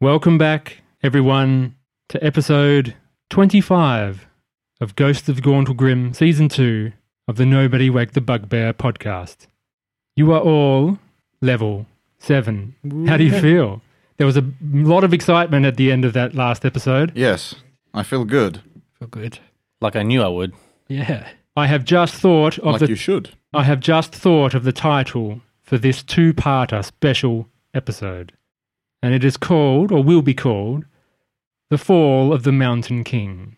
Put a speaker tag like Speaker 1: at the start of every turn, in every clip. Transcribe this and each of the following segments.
Speaker 1: Welcome back, everyone, to episode 25 of Ghosts of Gauntle Grim, season 2 of the Nobody Wake the Bugbear podcast. You are all level 7. How do you feel? There was a lot of excitement at the end of that last episode.
Speaker 2: Yes, I feel good.
Speaker 3: Feel good.
Speaker 4: Like I knew I would.
Speaker 3: Yeah.
Speaker 1: I have just thought of
Speaker 2: like
Speaker 1: the
Speaker 2: you should.
Speaker 1: I have just thought of the title for this two parter special episode, and it is called, or will be called, The Fall of the Mountain King.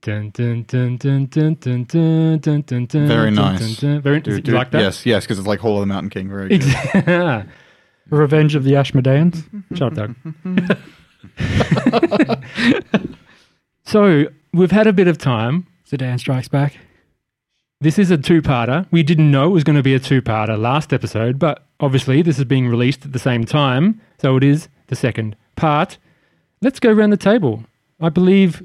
Speaker 1: Dun, dun, dun, dun, dun, dun, dun, dun, dun, dun,
Speaker 2: Very
Speaker 1: dun,
Speaker 2: nice.
Speaker 1: dun, dun. Very,
Speaker 2: Do-
Speaker 1: is it-
Speaker 2: do-
Speaker 1: you like that?
Speaker 2: Yes, yes, because it's like Hall of the Mountain King. Very good.
Speaker 1: Ex-
Speaker 3: Revenge of the Ashmodeans.
Speaker 1: Shut up, Doug. so, we've had a bit of time.
Speaker 3: Zidane strikes back.
Speaker 1: This is a two parter. We didn't know it was going to be a two parter last episode, but obviously this is being released at the same time. So it is the second part. Let's go round the table. I believe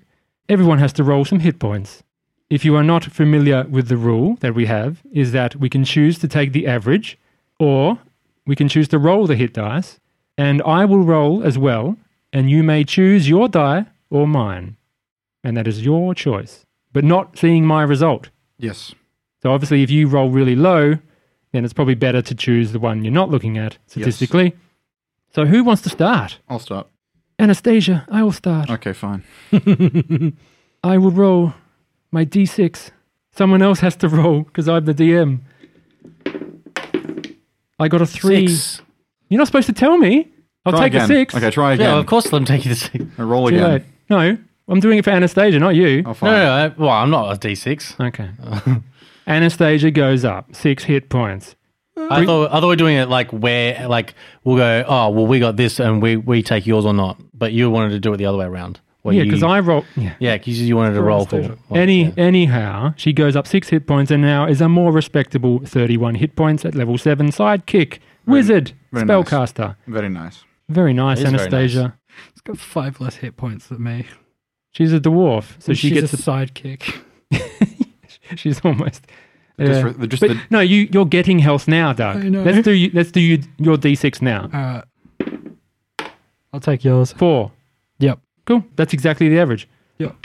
Speaker 1: everyone has to roll some hit points. If you are not familiar with the rule that we have, is that we can choose to take the average or we can choose to roll the hit dice, and I will roll as well, and you may choose your die or mine. And that is your choice, but not seeing my result.
Speaker 2: yes.
Speaker 1: So obviously, if you roll really low, then it's probably better to choose the one you're not looking at statistically. So who wants to start?
Speaker 2: I'll start.
Speaker 1: Anastasia, I will start.
Speaker 2: Okay, fine.
Speaker 1: I will roll my d6. Someone else has to roll because I'm the DM. I got a three.
Speaker 4: Six.
Speaker 1: You're not supposed to tell me. I'll
Speaker 2: Try
Speaker 1: take
Speaker 2: again.
Speaker 1: a six.
Speaker 2: Okay, try again.
Speaker 4: Yeah, of course I'm taking the six.
Speaker 2: I roll
Speaker 1: Too late.
Speaker 2: again. Oh.
Speaker 1: No, I'm doing it for Anastasia, not you.
Speaker 2: I'll find.
Speaker 4: No, no, no. I- Well, I'm not a D6.
Speaker 1: Okay. Anastasia goes up six hit points. Mm.
Speaker 4: I thought, I thought we were doing it like where, like, we'll go, oh, well, we got this and we, we take yours or not. But you wanted to do it the other way around. Well,
Speaker 1: Yeah,
Speaker 4: you-
Speaker 1: because I roll. Yeah.
Speaker 4: Yeah, 'cause you wanted to roll for. well,
Speaker 1: Any
Speaker 4: yeah.
Speaker 1: anyhow, she goes up six hit points and now is a more respectable thirty-one hit points at level seven sidekick wizard
Speaker 2: very nice.
Speaker 1: spellcaster.
Speaker 2: Very nice.
Speaker 1: Very nice,
Speaker 4: It is very
Speaker 1: Anastasia.
Speaker 3: It's got five less hit points than me.
Speaker 1: She's a dwarf, so
Speaker 3: And
Speaker 1: she
Speaker 3: she's
Speaker 1: gets.
Speaker 3: a sidekick.
Speaker 1: A, she's almost.
Speaker 2: Just,
Speaker 1: yeah.
Speaker 2: for, the, just
Speaker 1: But
Speaker 2: the,
Speaker 1: no, you you're getting health now, Doug.
Speaker 3: I know.
Speaker 1: Let's do you, let's do you, your d6 now.
Speaker 3: Uh, I'll take yours.
Speaker 1: Four.
Speaker 3: Yep.
Speaker 1: Cool. That's exactly the average.
Speaker 3: Yep.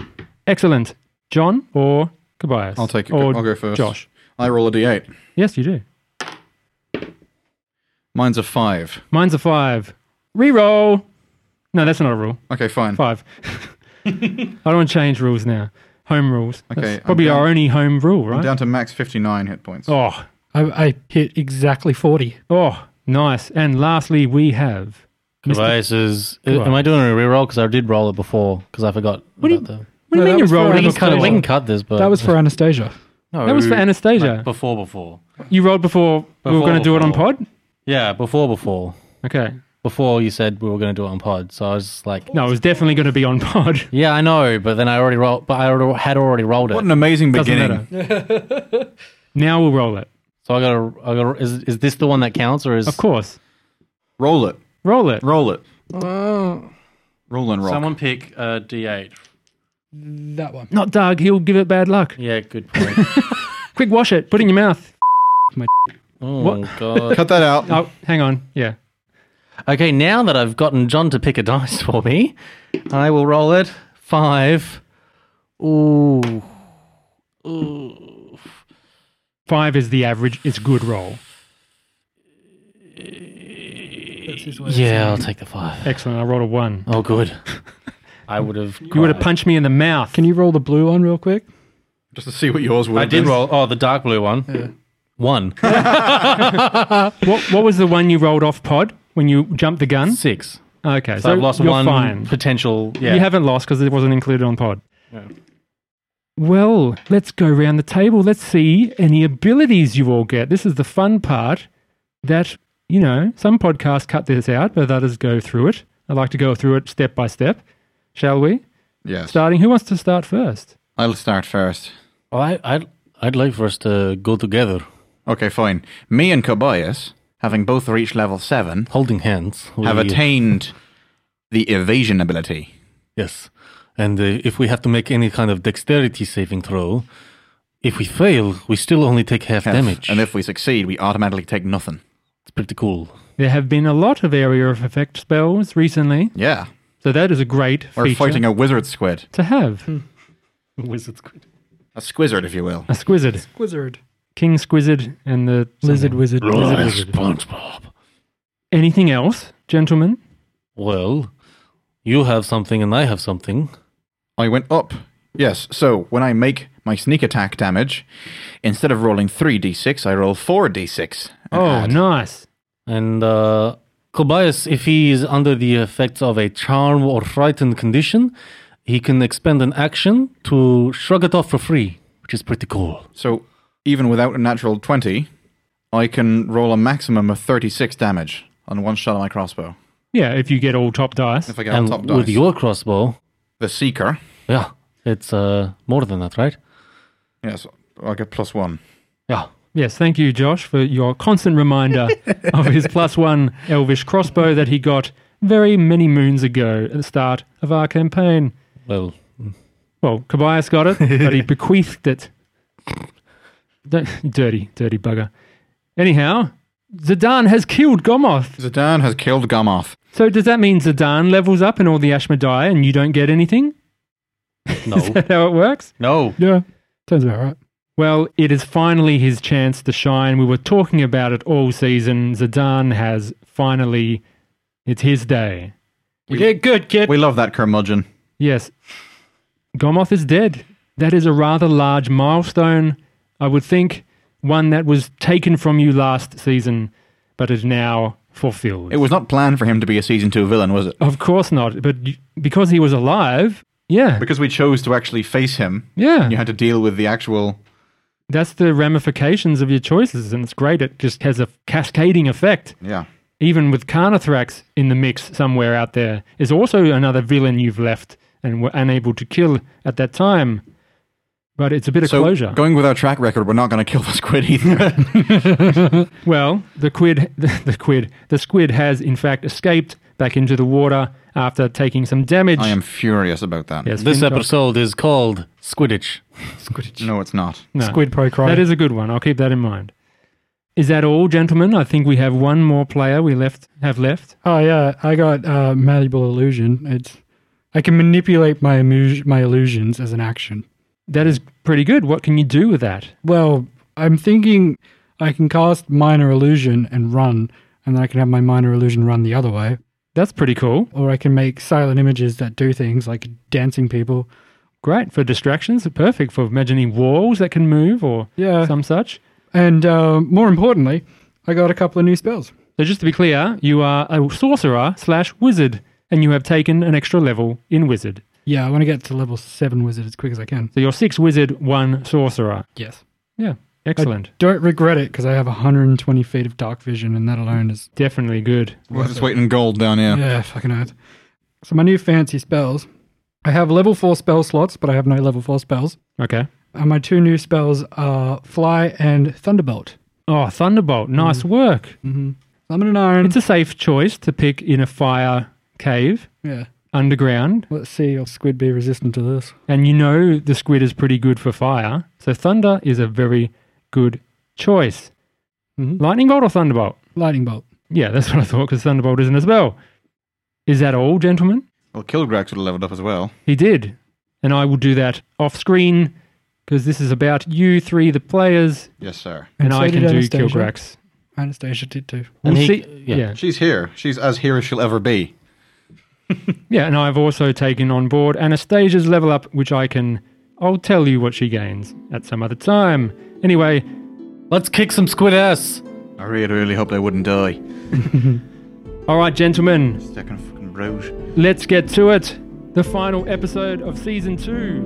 Speaker 1: Excellent. John or Kobayas.
Speaker 2: I'll take.
Speaker 1: Or
Speaker 2: I'll go first.
Speaker 1: Josh.
Speaker 2: I roll a d8.
Speaker 1: Yes, you do.
Speaker 2: Mine's a five.
Speaker 1: Mine's a five. Reroll. No, that's not a rule.
Speaker 2: Okay, fine.
Speaker 1: Five. I don't want to change rules now. Home rules. That's
Speaker 2: Okay, I'm
Speaker 1: probably
Speaker 2: down-
Speaker 1: our only home rule, right?
Speaker 2: Down to max fifty-nine hit points.
Speaker 1: Oh,
Speaker 3: I, I hit exactly 40.
Speaker 1: oh, nice. And lastly, we have.
Speaker 4: Device is-
Speaker 1: Come on.
Speaker 4: am I doing a reroll? Because I did roll it before because I forgot.
Speaker 1: What do you-
Speaker 4: about the-
Speaker 1: What do you
Speaker 3: No,
Speaker 1: mean
Speaker 3: that
Speaker 1: you
Speaker 3: was for
Speaker 1: rolled?
Speaker 3: That
Speaker 4: we can,
Speaker 3: was
Speaker 4: cut, it- we
Speaker 3: for-
Speaker 4: can cut this, but
Speaker 3: That was for Anastasia.
Speaker 4: no,
Speaker 1: That was for
Speaker 4: Oh.
Speaker 1: Anastasia.
Speaker 4: like, before, before.
Speaker 1: you rolled before, we were
Speaker 4: Before,
Speaker 1: going to do it on
Speaker 4: before.
Speaker 1: pod?
Speaker 4: Yeah, before, before.
Speaker 1: Okay.
Speaker 4: Before you said we were going to do it on pod, so I was just like,
Speaker 1: No, it was definitely going to be on pod.
Speaker 4: Yeah, I know, but then I already rolled. But I already- had already rolled it,
Speaker 2: What an amazing
Speaker 1: Doesn't
Speaker 2: beginning.
Speaker 1: matter. now we'll roll it.
Speaker 4: so I got to. I got. Is is this the one that counts, or is
Speaker 1: Of course.
Speaker 2: Roll it.
Speaker 1: Roll it.
Speaker 2: Roll it. roll and roll.
Speaker 4: someone pick a D eight?
Speaker 3: That one.
Speaker 1: Not Doug. He'll give it bad luck.
Speaker 4: Yeah, good point.
Speaker 1: Quick, wash it. Put it in your mouth.
Speaker 4: oh
Speaker 1: What?
Speaker 4: god.
Speaker 2: Cut that out.
Speaker 1: Oh, hang on. Yeah.
Speaker 4: Okay, now that I've gotten John to pick a dice for me, I will roll it five. Ooh. Ooh.
Speaker 1: Five is the average. It's good roll.
Speaker 4: Yeah, I'll take the five.
Speaker 1: Excellent. I rolled a one.
Speaker 4: Oh, good. I would have.
Speaker 1: You would have punched me in the mouth.
Speaker 3: Can you roll the blue one real quick?
Speaker 2: Just to see what yours would.
Speaker 4: I
Speaker 2: have
Speaker 4: did
Speaker 2: been.
Speaker 4: roll. Oh, the dark blue one. One
Speaker 1: What, what was the one you rolled off pod when you jumped the gun?
Speaker 4: six.
Speaker 1: Okay, so,
Speaker 4: So I've lost
Speaker 1: you're
Speaker 4: one
Speaker 1: fine.
Speaker 4: potential. Yeah.
Speaker 1: You haven't lost because it wasn't included on pod.
Speaker 4: Yeah.
Speaker 1: Well, let's go round the table. Let's see any abilities you all get. This is the fun part that, you know, some podcasts cut this out, but others go through it. I like to go through it step by step. Shall we?
Speaker 2: Yes.
Speaker 1: Starting, who wants to start first?
Speaker 2: I'll start first.
Speaker 4: Well, Oh, I, I'd, I'd like for us to go together,
Speaker 2: Okay, fine. Me and Kobayas, having both reached level seven,
Speaker 4: holding hands. We-
Speaker 2: have attained the evasion ability.
Speaker 4: Yes. And uh, if we have to make any kind of dexterity saving throw, if we fail, we still only take half,
Speaker 2: Yes,
Speaker 4: damage.
Speaker 2: And if we succeed, we automatically take nothing.
Speaker 4: It's pretty cool.
Speaker 1: There have been a lot of area of effect spells recently.
Speaker 2: Yeah.
Speaker 1: So that is a great
Speaker 2: We're
Speaker 1: feature
Speaker 2: fighting a wizard squid.
Speaker 1: to have.
Speaker 4: Hmm.
Speaker 1: Wizard squid.
Speaker 2: A squizzard, if you will.
Speaker 1: A squizzard.
Speaker 3: Wizard.
Speaker 1: King squizzard and the
Speaker 3: Lizard wizard.
Speaker 1: Lizard wizard. Anything else, gentlemen?
Speaker 4: Well, you have something and I have something.
Speaker 2: I went up. Yes, so when I make my sneak attack damage, instead of rolling 3d6, I roll 4d6. and
Speaker 1: Oh,
Speaker 2: add.
Speaker 1: nice.
Speaker 4: And uh, Kobayas, if he is under the effects of a charm or frightened condition, he can expend an action to shrug it off for free, which is pretty cool.
Speaker 2: So even without a natural 20, I can roll a maximum of 36 damage on one shot of my crossbow.
Speaker 1: Yeah, if you get all top dice.
Speaker 2: If I get on
Speaker 4: and
Speaker 2: top dice.
Speaker 4: with your crossbow,
Speaker 2: the Seeker,
Speaker 4: yeah, it's uh, more than that, right?
Speaker 2: yes, I get plus one.
Speaker 4: Yeah.
Speaker 1: Yes, thank you, Josh, for your constant reminder of his plus one elvish crossbow that he got very many moons ago at the start of our campaign.
Speaker 4: Well,
Speaker 1: Well, Kobayas got it, but he bequeathed it. Don't- dirty, dirty bugger. Anyhow, Zidane has killed Gomoth.
Speaker 2: Zidane has killed Gomoth.
Speaker 1: So does that mean Zidane levels up in all the Ashmedai and you don't get anything? Is
Speaker 4: no.
Speaker 1: that how it works?
Speaker 4: no.
Speaker 3: Yeah. Sounds about right.
Speaker 1: Well, it is finally his chance to shine. We were talking about it all season. Zidane has finally, it's his day.
Speaker 3: yeah, good, kid.
Speaker 2: We love that curmudgeon.
Speaker 1: Yes, Gomoth is dead. That is a rather large milestone, I would think, one that was taken from you last season, but is now fulfilled.
Speaker 2: It was not planned for him to be a season two villain, was it?
Speaker 1: of course not, but y- because he was alive, yeah,
Speaker 2: Because we chose to actually face him,
Speaker 1: yeah,
Speaker 2: you had to deal with the actual.
Speaker 1: that's the ramifications of your choices, and it's great. It just has a cascading effect.
Speaker 2: Yeah.
Speaker 1: even with Carnathrax in the mix somewhere out there, is also another villain you've left and were unable to kill at that time. But it's a bit of
Speaker 2: So,
Speaker 1: closure.
Speaker 2: going with our track record, we're not going to kill the squid either.
Speaker 1: well, the quid, the, quid, the squid has in fact escaped back into the water after taking some damage.
Speaker 2: I am furious about that.
Speaker 1: Yes,
Speaker 4: This
Speaker 1: Fincock-
Speaker 4: episode is called Squidditch.
Speaker 2: No, it's not.
Speaker 1: no.
Speaker 3: Squid pro cry.
Speaker 1: That is a good one. I'll keep that in mind. Is that all, gentlemen? I think we have one more player we left have left.
Speaker 3: Oh yeah, I got uh, malleable illusion. It's I can manipulate my immu- my illusions as an action.
Speaker 1: That is pretty good. What can you do with that?
Speaker 3: Well, I'm thinking I can cast minor illusion and run, and then I can have my minor illusion run the other way,
Speaker 1: That's pretty cool.
Speaker 3: or I can make silent images that do things like dancing people.
Speaker 1: Great for distractions. Perfect for imagining walls that can move or
Speaker 3: Yeah,
Speaker 1: some such.
Speaker 3: and uh, more importantly, I got a couple of new spells.
Speaker 1: So just to be clear, you are a sorcerer slash wizard, and you have taken an extra level in wizard.
Speaker 3: Yeah, I want to get to level seven wizard as quick as I can.
Speaker 1: So you're six wizard, one sorcerer.
Speaker 3: Yes.
Speaker 1: Yeah, excellent.
Speaker 3: Don't regret it because I have 120 feet of dark vision, and that alone is
Speaker 1: Definitely good.
Speaker 2: We're just waiting gold down here.
Speaker 3: Yeah, fucking earth. So my new fancy spells. I have level four spell slots, but I have no level four spells.
Speaker 1: Okay.
Speaker 3: And Uh, my two new spells are Fly and Thunderbolt.
Speaker 1: Oh, thunderbolt! Nice work.
Speaker 3: I'm an iron.
Speaker 1: It's a safe choice to pick in a fire cave
Speaker 3: yeah.
Speaker 1: underground,
Speaker 3: Let's see if Squid be resistant to this.
Speaker 1: and you know the squid is pretty good for fire, so thunder is a very good choice.
Speaker 3: Mhm.
Speaker 1: Lightning bolt or thunderbolt?
Speaker 3: Lightning Bolt.
Speaker 1: Yeah, that's what I thought because thunderbolt isn't a spell. Is that all, gentlemen?
Speaker 2: Well, Kilgrax would have leveled up as well.
Speaker 1: He did. And I will do that off screen because this is about you three, the players,
Speaker 2: Yes, sir.
Speaker 1: and,
Speaker 3: so
Speaker 1: I
Speaker 3: did
Speaker 1: can do
Speaker 3: Anastasia.
Speaker 1: Kilgrax.
Speaker 3: Anastasia did too.
Speaker 1: We'll
Speaker 4: he-
Speaker 1: see. Yeah.
Speaker 4: yeah.
Speaker 1: yeah.
Speaker 2: She's here. She's as here as she'll ever be.
Speaker 1: And I've also taken on board Anastasia's level up, which I can, I'll tell you what she gains at some other time. Anyway,
Speaker 4: Let's kick some squid ass.
Speaker 2: I really, really hope they wouldn't die.
Speaker 1: all right, gentlemen,
Speaker 2: Second fucking Bruges.
Speaker 1: let's get to it. The final episode of season two.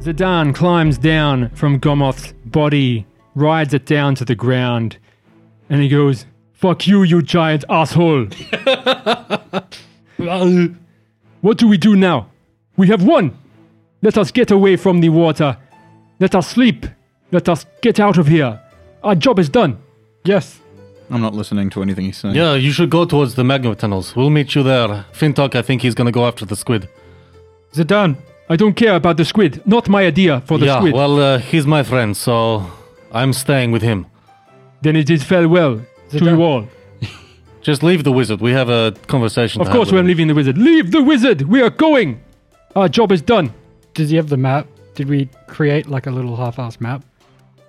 Speaker 1: Zidane climbs down from Gomoth's body, rides it down to the ground, and he goes, Fuck you, you giant asshole. what do we do now? We have won. Let us get away from the water. Let us sleep. Let us get out of here. Our job is done.
Speaker 3: Yes.
Speaker 2: I'm not listening to anything he's saying.
Speaker 4: Yeah, you should go towards the magma tunnels. We'll meet you there. Fintok, I think he's gonna go after the squid.
Speaker 1: Zidane, I don't care about the squid. Not my idea for Oh, the
Speaker 4: yeah,
Speaker 1: squid.
Speaker 4: well, uh, he's my friend, so I'm staying with him.
Speaker 1: then it is farewell to
Speaker 3: Zidane.
Speaker 1: you all.
Speaker 4: Just leave the wizard. We have a conversation.
Speaker 1: Of
Speaker 4: to
Speaker 1: course,
Speaker 4: have
Speaker 1: we're
Speaker 4: with him.
Speaker 1: leaving the wizard. Leave the wizard. We are going. Our job is done.
Speaker 3: Does he have the map? Did we create like a little half-assed map?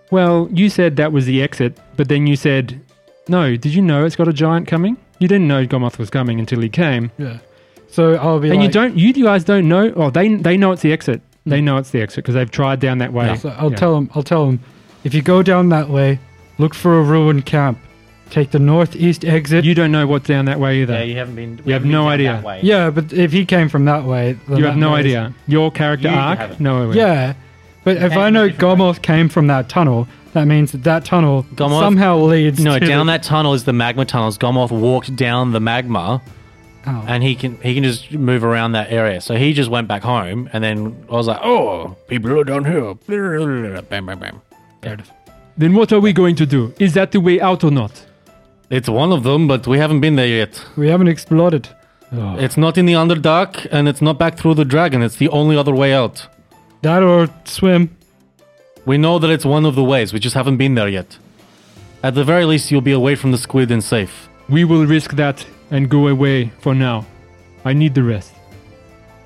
Speaker 1: Well, you said that was the exit, but then you said, no, did you know it's got a giant coming? You didn't know Gomoth was coming until he came.
Speaker 3: Yeah. So I'll be
Speaker 1: and you
Speaker 3: like,
Speaker 1: don't, you guys don't know, oh, they, they know it's the exit. They know it's the exit because they've tried down that way.
Speaker 3: So I'll
Speaker 1: Hmm. Yeah.
Speaker 3: tell him. I'll tell him. If you go down that way, look for a ruined camp. Take the northeast exit.
Speaker 1: You don't know what's down that way either.
Speaker 5: Yeah, you haven't been.
Speaker 1: You have no idea.
Speaker 5: Yeah.
Speaker 3: yeah, but if he came from that way, then
Speaker 1: you
Speaker 3: that
Speaker 1: have no
Speaker 3: way is-
Speaker 1: idea. Your character
Speaker 5: You have
Speaker 1: arc?
Speaker 5: it.
Speaker 1: No idea.
Speaker 3: Yeah, but if
Speaker 5: came
Speaker 3: I
Speaker 5: from
Speaker 3: know
Speaker 5: a different
Speaker 3: Gomoth came from that tunnel, that means that that tunnel
Speaker 4: Gomoth-
Speaker 3: somehow leads.
Speaker 5: No,
Speaker 3: to
Speaker 5: down that tunnel is the magma tunnels. Gomoth walked down the magma,
Speaker 3: Oh.
Speaker 5: and he can he can just move around that area. So he just went back home, and then I was like, oh, people are down here. Bam, bam, bam.
Speaker 1: Then what are we going to do? Is that the way out or not?
Speaker 4: It's one of them, but we haven't been there yet.
Speaker 3: We haven't exploded.
Speaker 4: It's not in the Underdark, and it's not back through the dragon. It's the only other way out.
Speaker 3: That or swim.
Speaker 4: We know that it's one of the ways. We just haven't been there yet. At the very least, you'll be away from the squid and safe.
Speaker 1: We will risk that and go away for now. I need the rest.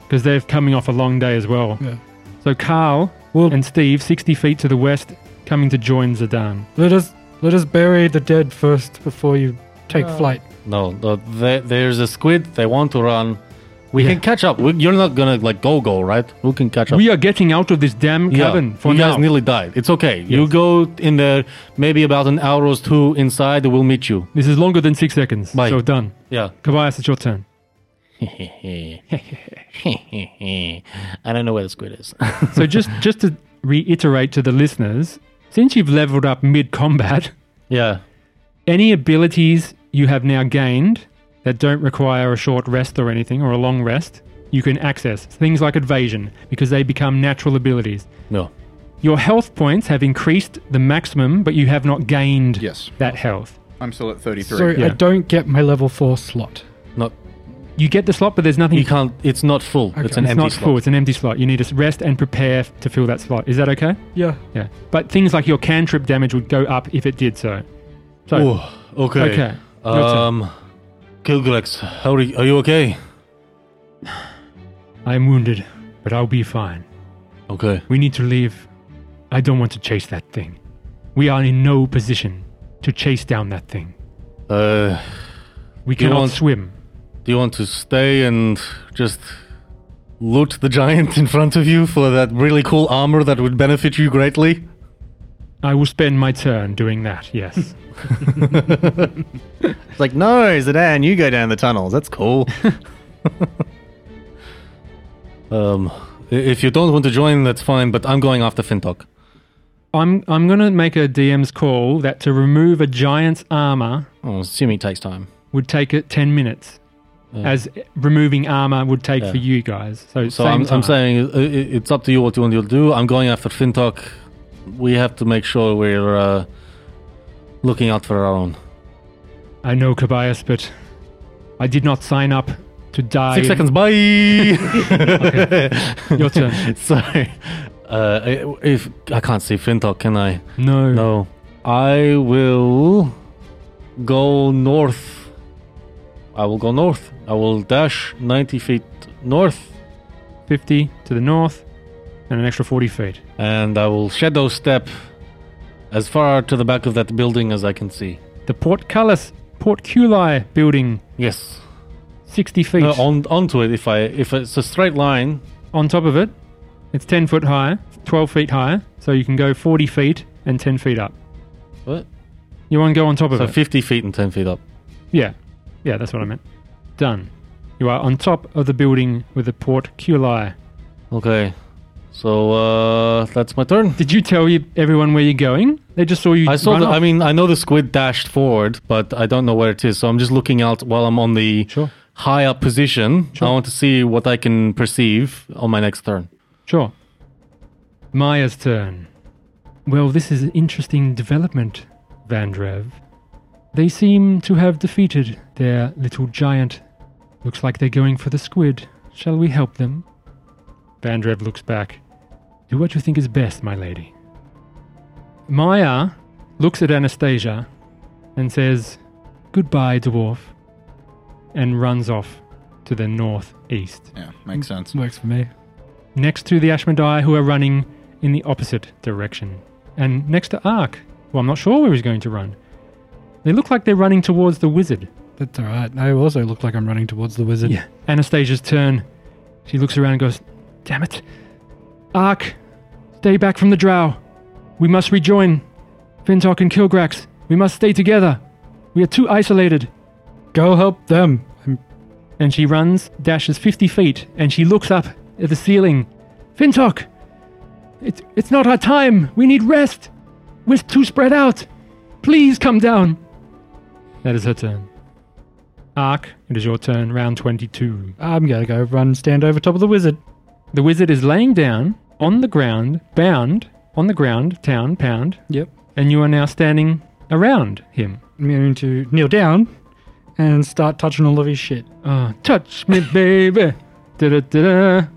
Speaker 1: Because they're coming off a long day as well.
Speaker 3: Yeah.
Speaker 1: So Carl
Speaker 3: Well-
Speaker 1: and Steve, 60 feet to the west, coming to join Zidane.
Speaker 3: Let us let us bury the dead first before you take flight.
Speaker 4: No, no there, there's a squid. They want to run. We
Speaker 1: Yeah.
Speaker 4: can catch up. We, you're not gonna like go go right. We can catch up.
Speaker 1: We are getting out of this damn
Speaker 4: Yeah,
Speaker 1: cabin for
Speaker 4: you
Speaker 1: now.
Speaker 4: guys nearly died. It's okay. You go in there, maybe about an hour or two inside. We'll meet you.
Speaker 1: this is longer than six seconds.
Speaker 4: Bye.
Speaker 1: So done.
Speaker 4: Yeah.
Speaker 1: Kobayas, it's your turn.
Speaker 5: I don't know where the squid is.
Speaker 1: So just, just to reiterate to the listeners, since you've leveled up mid-combat...
Speaker 4: Yeah.
Speaker 1: any abilities you have now gained that don't require a short rest or anything or a long rest, you can access things like evasion because they become natural abilities.
Speaker 4: No.
Speaker 1: Your health points have increased the maximum, but you have not gained
Speaker 2: Yes.
Speaker 1: that health.
Speaker 2: I'm still at 33.
Speaker 3: So I
Speaker 1: Yeah.
Speaker 3: don't get my level four slot.
Speaker 4: Not.
Speaker 1: You get the slot, but there's nothing.
Speaker 4: You can't. It's not full. It's an
Speaker 1: it's
Speaker 4: empty
Speaker 1: not
Speaker 4: slot.
Speaker 1: full. It's an empty slot. You need to rest and prepare to fill that slot. Is that okay?
Speaker 3: Yeah.
Speaker 1: Yeah. But things like your cantrip damage would go up if it did so. So
Speaker 4: Ooh, okay.
Speaker 1: okay. Your turn.
Speaker 4: Um, Kilgrex, how are you, are you okay?
Speaker 1: I'm wounded, but I'll be fine.
Speaker 4: Okay.
Speaker 1: We need to leave. I don't want to chase that thing. We are in no position to chase down that thing.
Speaker 4: Uh,
Speaker 1: We
Speaker 4: You
Speaker 1: cannot
Speaker 4: want-
Speaker 1: swim.
Speaker 4: do you want to stay and just loot the giant in front of you for that really cool armor that would benefit you greatly?
Speaker 1: I will spend my turn doing that, yes.
Speaker 4: Hmm.
Speaker 5: It's like, no, Zidane, you go down the tunnels. That's cool.
Speaker 4: Um, i- if you don't want to join, that's fine. But I'm going after Fintok.
Speaker 1: I'm, I'm going to make a DM's call that to remove a giant's armor
Speaker 5: Oh, assuming it takes time.
Speaker 1: would take it 10 minutes, as removing armor would take for you guys. So,
Speaker 4: So
Speaker 1: same
Speaker 4: I'm,
Speaker 1: time.
Speaker 4: I'm saying uh, i- i- it's up to you what you want to do. I'm going after FinTok. We have to make sure we're uh, looking out for our own.
Speaker 1: I know Kobayas, but I did not sign up to die.
Speaker 4: Six seconds, bye.
Speaker 1: Your turn.
Speaker 4: Sorry, uh, I- if I can't see FinTok, can I?
Speaker 1: No.
Speaker 4: No, I will go north. I will go north. I will dash 90 feet north,
Speaker 1: 50 to the north and an extra 40 feet.
Speaker 4: and I will shadow step as far to the back of that building as I can see.
Speaker 1: The portcullis, portculi building,
Speaker 4: Yes.
Speaker 1: 60 feet.
Speaker 4: No,
Speaker 1: on-,
Speaker 4: Uh, on onto it if I if it's a straight line.
Speaker 1: top of it, it's 10 foot high, 12 feet high, so you can go 40 feet and 10 feet up.
Speaker 4: What?
Speaker 1: You want to go on top of
Speaker 4: So
Speaker 1: it?
Speaker 4: fifty feet and ten feet up.
Speaker 1: yeah. Yeah, that's what I meant. Done. You are on top of the building with the portculi.
Speaker 4: Okay. So uh, that's my turn.
Speaker 1: Did you tell you everyone where you're going? They just saw you.
Speaker 4: I saw.
Speaker 1: run
Speaker 4: The,
Speaker 1: off.
Speaker 4: I mean, I know the squid dashed forward, but I don't know where it is. So I'm just looking out while I'm on the
Speaker 1: Sure.
Speaker 4: high up position. I want to see what I can perceive on my next turn.
Speaker 1: Sure. Maya's turn. Well, this is an interesting development, Vandrev. They seem to have defeated their little giant. Looks like they're going for the squid. Shall we help them? Vandrev looks back. Do what you think is best, my lady. Maya looks at Anastasia and says, Goodbye, dwarf, and runs off to the northeast
Speaker 2: Yeah, makes sense.
Speaker 3: Works for me.
Speaker 1: next to the Ashmedai who are running in the opposite direction. And next to Ark, who I'm not sure where he's going to run. They look like they're running towards the wizard.
Speaker 3: That's all right. I also look like I'm running towards the wizard.
Speaker 1: Yeah. Anastasia's turn. She looks around and goes, Damn it. Ark, stay back from the drow. We must rejoin Fintok and Kilgrax. We must stay together. We are too isolated.
Speaker 3: Go help them. I'm,
Speaker 1: and she runs, dashes 50 feet, and she looks up at the ceiling. Fintok! It's, it's not our time! We need rest! We're too spread out! Please come down! That is her turn. Ark, it is your turn, round 22.
Speaker 3: I'm gonna go run stand over top of the wizard.
Speaker 1: The wizard is laying down on the ground, bound, on the ground, town, pound,
Speaker 3: Yep.
Speaker 1: and you are now standing around him.
Speaker 3: I'm going to kneel down and start touching all of his shit.
Speaker 1: Uh, touch me, baby! Da-da-da-da.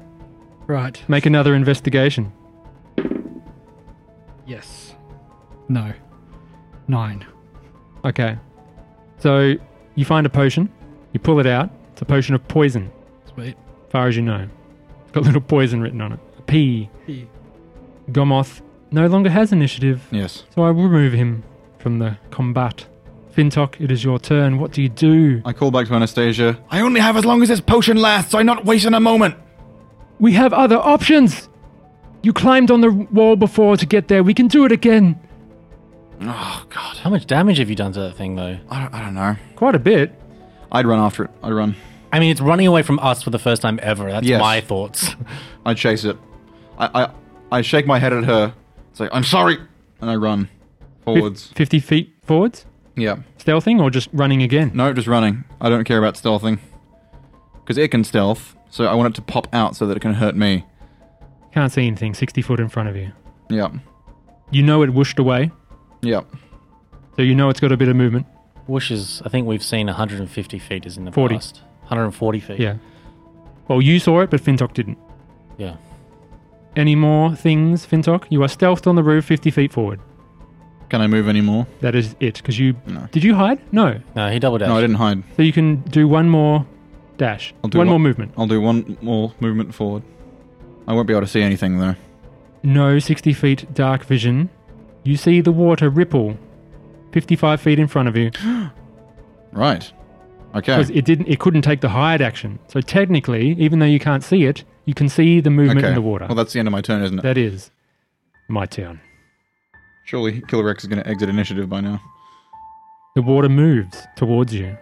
Speaker 3: Right.
Speaker 1: Make another investigation.
Speaker 3: Yes. No. Nine.
Speaker 1: Okay. So you find a potion, you pull it out. It's a potion of poison,
Speaker 3: Sweet.
Speaker 1: as far as you know. It's got little poison written on it. A P.
Speaker 3: P.
Speaker 1: Gomoth no longer has initiative,
Speaker 2: Yes.
Speaker 1: so I will remove him from the combat. Fintok, it is your turn. What do you do?
Speaker 2: I call back to Anastasia. I only have as long as this potion lasts, so I'm not wasting a moment.
Speaker 1: We have other options! You climbed on the wall before to get there. We can do it again.
Speaker 2: Oh, God.
Speaker 4: How much damage have you done to that thing, though?
Speaker 2: I don't, I don't know.
Speaker 1: Quite a bit.
Speaker 2: I'd run after it. I'd run.
Speaker 4: I mean, it's running away from us for the first time ever. That's
Speaker 2: Yes.
Speaker 4: my thoughts.
Speaker 2: I'd chase it. I, I, I shake my head at her. Say, I'm sorry. And I run
Speaker 1: Fif-
Speaker 2: forwards.
Speaker 1: 50 feet forwards?
Speaker 2: Yeah.
Speaker 1: Stealthing or just running again?
Speaker 2: No, just running. I don't care about stealthing. Because it can stealth, so I want it to pop out so that it can hurt me.
Speaker 1: Can't see anything 60 foot in front of you.
Speaker 2: Yeah.
Speaker 1: You know it whooshed away,
Speaker 2: Yeah.
Speaker 1: so you know it's got a bit of movement.
Speaker 4: Whooshes, I think we've seen 150 feet is in the
Speaker 1: 40.
Speaker 4: past. 140 feet.
Speaker 1: Yeah. Well, you saw it, but Fintok didn't.
Speaker 4: Yeah.
Speaker 1: Any more things, Fintok? You are stealthed on the roof 50 feet forward.
Speaker 2: Can I move anymore?
Speaker 1: That is it, because you.
Speaker 2: No.
Speaker 1: Did you hide? No.
Speaker 4: No, he double dashed.
Speaker 2: No, I didn't hide.
Speaker 1: So you can do one more dash.
Speaker 2: I'll do
Speaker 1: one
Speaker 2: one-
Speaker 1: more movement.
Speaker 2: I'll do one more movement forward. I won't be able to see anything, though.
Speaker 1: No 60 feet dark vision. You see the water ripple 55 feet in front of you
Speaker 2: Right. Okay.
Speaker 1: because it didn't. It couldn't take the hide action. So technically, even though you can't see it, you can see the movement
Speaker 2: okay.
Speaker 1: in the water.
Speaker 2: Well, that's the end of my turn, isn't it?
Speaker 1: that is my town.
Speaker 2: Surely Killer Rex is going to exit initiative by now.
Speaker 1: The water moves towards you.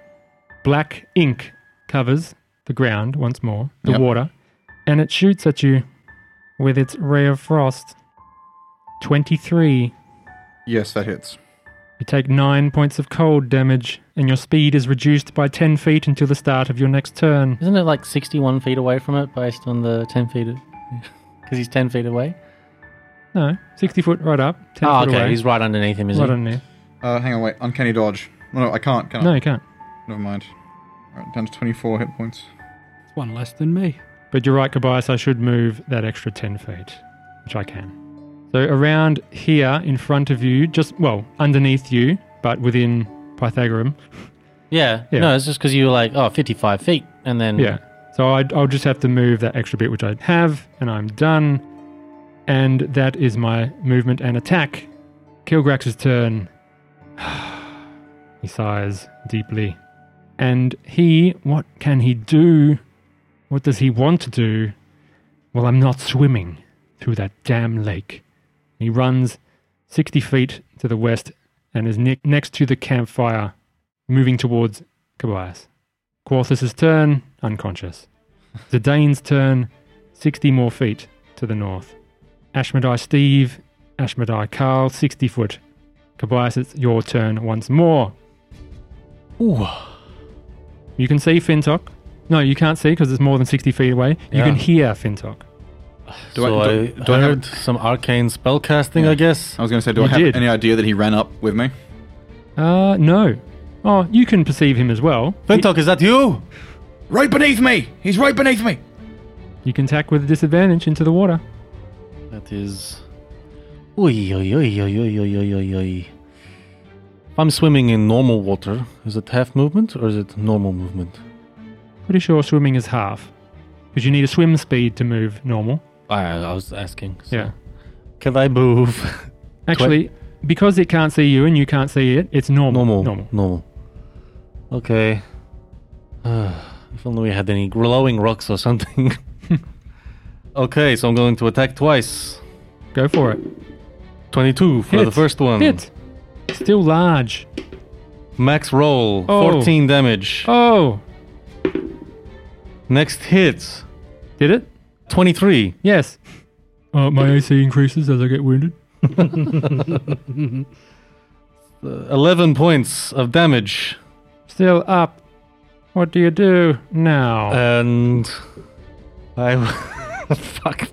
Speaker 1: Black ink covers the ground once more, the
Speaker 2: Yep.
Speaker 1: water, and it shoots at you with its ray of frost. 23.
Speaker 2: Yes, that hits.
Speaker 1: You take 9 points of cold damage, and your speed is reduced by 10 feet until the start of your next turn.
Speaker 4: Isn't it like 61 feet away from it based on the 10 feet? Because he's 10 feet away.
Speaker 1: No, 60 foot right up, 10
Speaker 4: Oh,
Speaker 1: foot
Speaker 4: okay.
Speaker 1: away.
Speaker 4: He's right underneath him, isn't
Speaker 1: right
Speaker 4: he?
Speaker 1: on there.
Speaker 2: Uh, hang on, wait. Uncanny dodge. Oh, No, no, I can't. Can I?
Speaker 1: No, you can't.
Speaker 2: Never mind. All right, down to 24 hit points.
Speaker 3: It's one less than me.
Speaker 1: But you're right, Kobayas, I should move that extra 10 feet, which I can. So around here in front of you, just, well, underneath you, but within Pythagorean.
Speaker 4: Yeah.
Speaker 1: Yeah.
Speaker 4: No, it's just because you were like, oh, 55 feet. And then
Speaker 1: Yeah. So i I'll just have to move that extra bit, which I have, and I'm done. And that is my movement and attack. Kilgrax's turn. he sighs deeply. And he, what can he do? What does he want to do? Well, I'm not swimming through that damn lake. He runs 60 feet to the west and is ne- next to the campfire, moving towards Kobayas. Quarthus's turn, unconscious. Zidane's turn, 60 more feet to the north. Ashmedai Steve, Ashmedai Carl, 60 foot. Kobayas, it's your turn once more.
Speaker 4: Ooh.
Speaker 1: You can see Fintok. No, you can't see because it's more than 60 feet away. You
Speaker 4: Yeah.
Speaker 1: can hear Fintok.
Speaker 2: Do I-
Speaker 4: so I,
Speaker 2: do- do I have- Uh,
Speaker 4: heard some arcane spell casting, I guess.
Speaker 2: I was going to say, do
Speaker 1: You
Speaker 2: I have
Speaker 1: did.
Speaker 2: any idea that he ran up with me?
Speaker 1: Uh, no. Oh, you can perceive him as well.
Speaker 4: Fintok, is that you?
Speaker 2: Right beneath me! He's right beneath me!
Speaker 1: You can tack with a disadvantage into the water.
Speaker 4: That is. Oi, oi, oi, oi, oi, oi, oi, oi, oi. If I'm swimming in normal water, is it half movement or is it normal movement?
Speaker 1: Pretty sure swimming is half because you need a swim speed to move normal.
Speaker 4: I, I was asking. so-
Speaker 1: Yeah.
Speaker 4: Can I move?
Speaker 1: Actually, because it can't see you and you can't see it, it's normal.
Speaker 4: normal.
Speaker 1: Normal.
Speaker 4: Normal. Okay. if only we had any glowing rocks or something. okay, so I'm going to attack twice.
Speaker 1: Go for it.
Speaker 4: 22 for
Speaker 1: Hit.
Speaker 4: the first one.
Speaker 1: Hit. Still large.
Speaker 4: Max roll,
Speaker 1: Oh.
Speaker 4: 14 damage.
Speaker 1: Oh,
Speaker 4: Next hit,
Speaker 1: did it?
Speaker 4: 23.
Speaker 1: Yes. Uh, my AC increases as I get wounded.
Speaker 4: Uh, 11 points of damage.
Speaker 1: Still up. What do you do now?
Speaker 4: Uh, And I. Fuck.